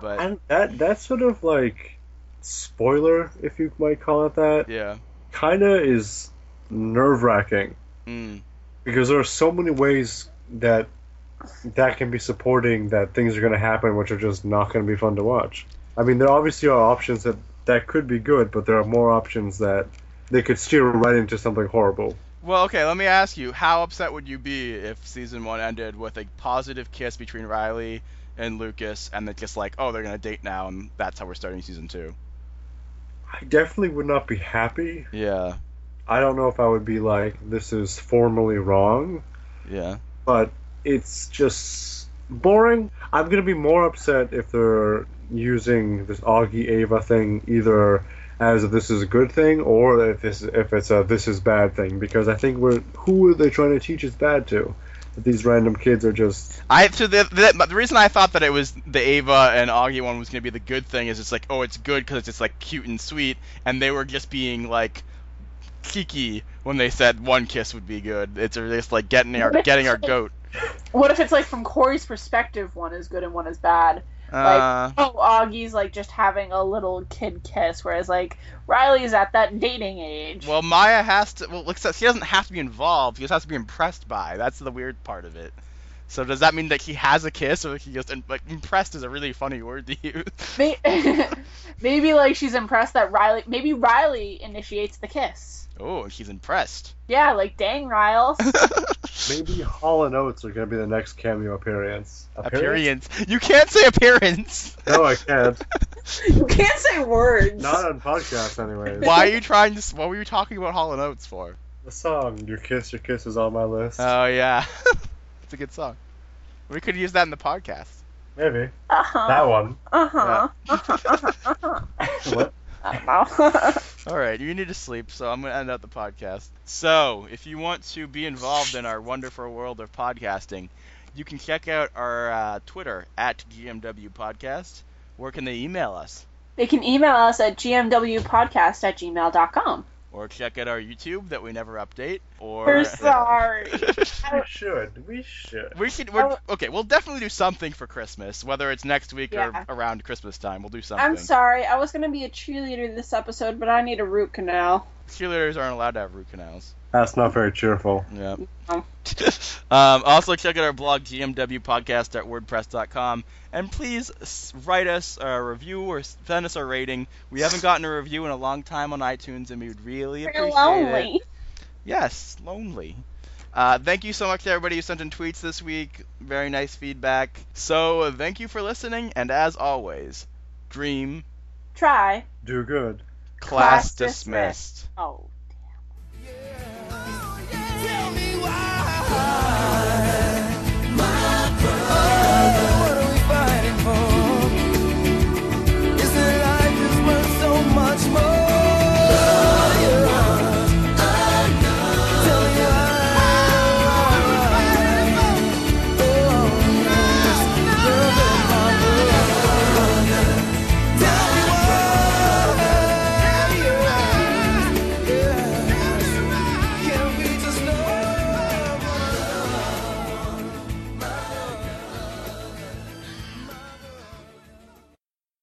Speaker 3: But
Speaker 4: and that that sort of like spoiler, if you might call it that,
Speaker 3: yeah,
Speaker 4: kind of is nerve wracking
Speaker 3: mm,
Speaker 4: because there are so many ways that that can be supporting that things are going to happen, which are just not going to be fun to watch. I mean, there obviously are options that that could be good, but there are more options that they could steer right into something horrible.
Speaker 3: well, okay. Let me ask you, how upset would you be if season one ended with a positive kiss between Riley and Lucas and then just like, oh, they're gonna date now and that's how we're starting season two?
Speaker 4: I definitely would not be happy.
Speaker 3: Yeah,
Speaker 4: I don't know if I would be like, this is formally wrong.
Speaker 3: yeah.
Speaker 4: but it's just boring. I'm gonna be more upset if they're using this Augie Ava thing either as a this is a good thing or if this if it's a this is bad thing because I think we're who are they trying to teach is bad to that these random kids are just
Speaker 3: I so the, the the reason I thought that it was the Ava and Augie one was gonna be the good thing is it's like oh it's good because it's just like cute and sweet and they were just being like kiki when they said one kiss would be good. It's just like getting our getting our goat.
Speaker 2: What if it's like from Corey's perspective, one is good and one is bad?
Speaker 3: Uh,
Speaker 2: Oh, Augie's like just having a little kid kiss, whereas like Riley's at that dating age.
Speaker 3: well, Maya has to. Well, except she doesn't have to be involved. She just has to be impressed by. That's the weird part of it. So does that mean that he has a kiss, or he just and, like impressed is a really funny word to use?
Speaker 2: May- maybe like she's impressed that Riley. Maybe Riley initiates the kiss.
Speaker 3: Oh, and she's impressed.
Speaker 2: Yeah, like dang, Riles.
Speaker 4: maybe Hall and Oates are gonna be the next cameo appearance.
Speaker 3: appearance. You can't say appearance.
Speaker 4: No, I can't.
Speaker 2: you can't say words.
Speaker 4: Not on podcasts, anyways.
Speaker 3: Why are you trying to? What were you talking about Hall and Oates for?
Speaker 4: The song "Your Kiss, Your Kiss" is on my list.
Speaker 3: Oh yeah, it's a good song. We could use that in the podcast.
Speaker 4: Maybe
Speaker 2: Uh huh.
Speaker 4: that one.
Speaker 2: Uh huh. Uh huh. Uh huh.
Speaker 4: What?
Speaker 3: All right, you need to sleep, so I'm gonna end out the podcast. So, if you want to be involved in our wonderful world of podcasting, you can check out our uh, Twitter at GMW Podcast. Where can they email us?
Speaker 2: They can email us at gmwpodcast at gmail.com.
Speaker 3: Or check out our YouTube that we never update. Or
Speaker 2: We're sorry.
Speaker 4: We should. We should.
Speaker 3: We should. We're,
Speaker 2: Oh.
Speaker 3: okay, we'll definitely do something for Christmas, whether it's next week
Speaker 2: Yeah.
Speaker 3: or around Christmas time. We'll do something.
Speaker 2: I'm sorry. I was going to be a cheerleader this episode, but I need a root canal.
Speaker 3: Cheerleaders aren't allowed to have root canals.
Speaker 4: That's not very cheerful.
Speaker 3: Yeah. um,
Speaker 2: No.
Speaker 3: also, check out our blog, gmwpodcast.wordpress.com, and please s- write us a review or s- send us a rating. We haven't gotten a review in a long time on iTunes, and we would really
Speaker 2: We're
Speaker 3: appreciate it.
Speaker 2: lonely.
Speaker 3: Yes, lonely. Uh, thank you so much to everybody who sent in tweets this week. Very nice feedback. So, uh, thank you for listening, and as always, dream
Speaker 2: Try.
Speaker 4: Do good.
Speaker 3: class,
Speaker 2: Class dismissed.
Speaker 3: dismissed.
Speaker 2: Oh.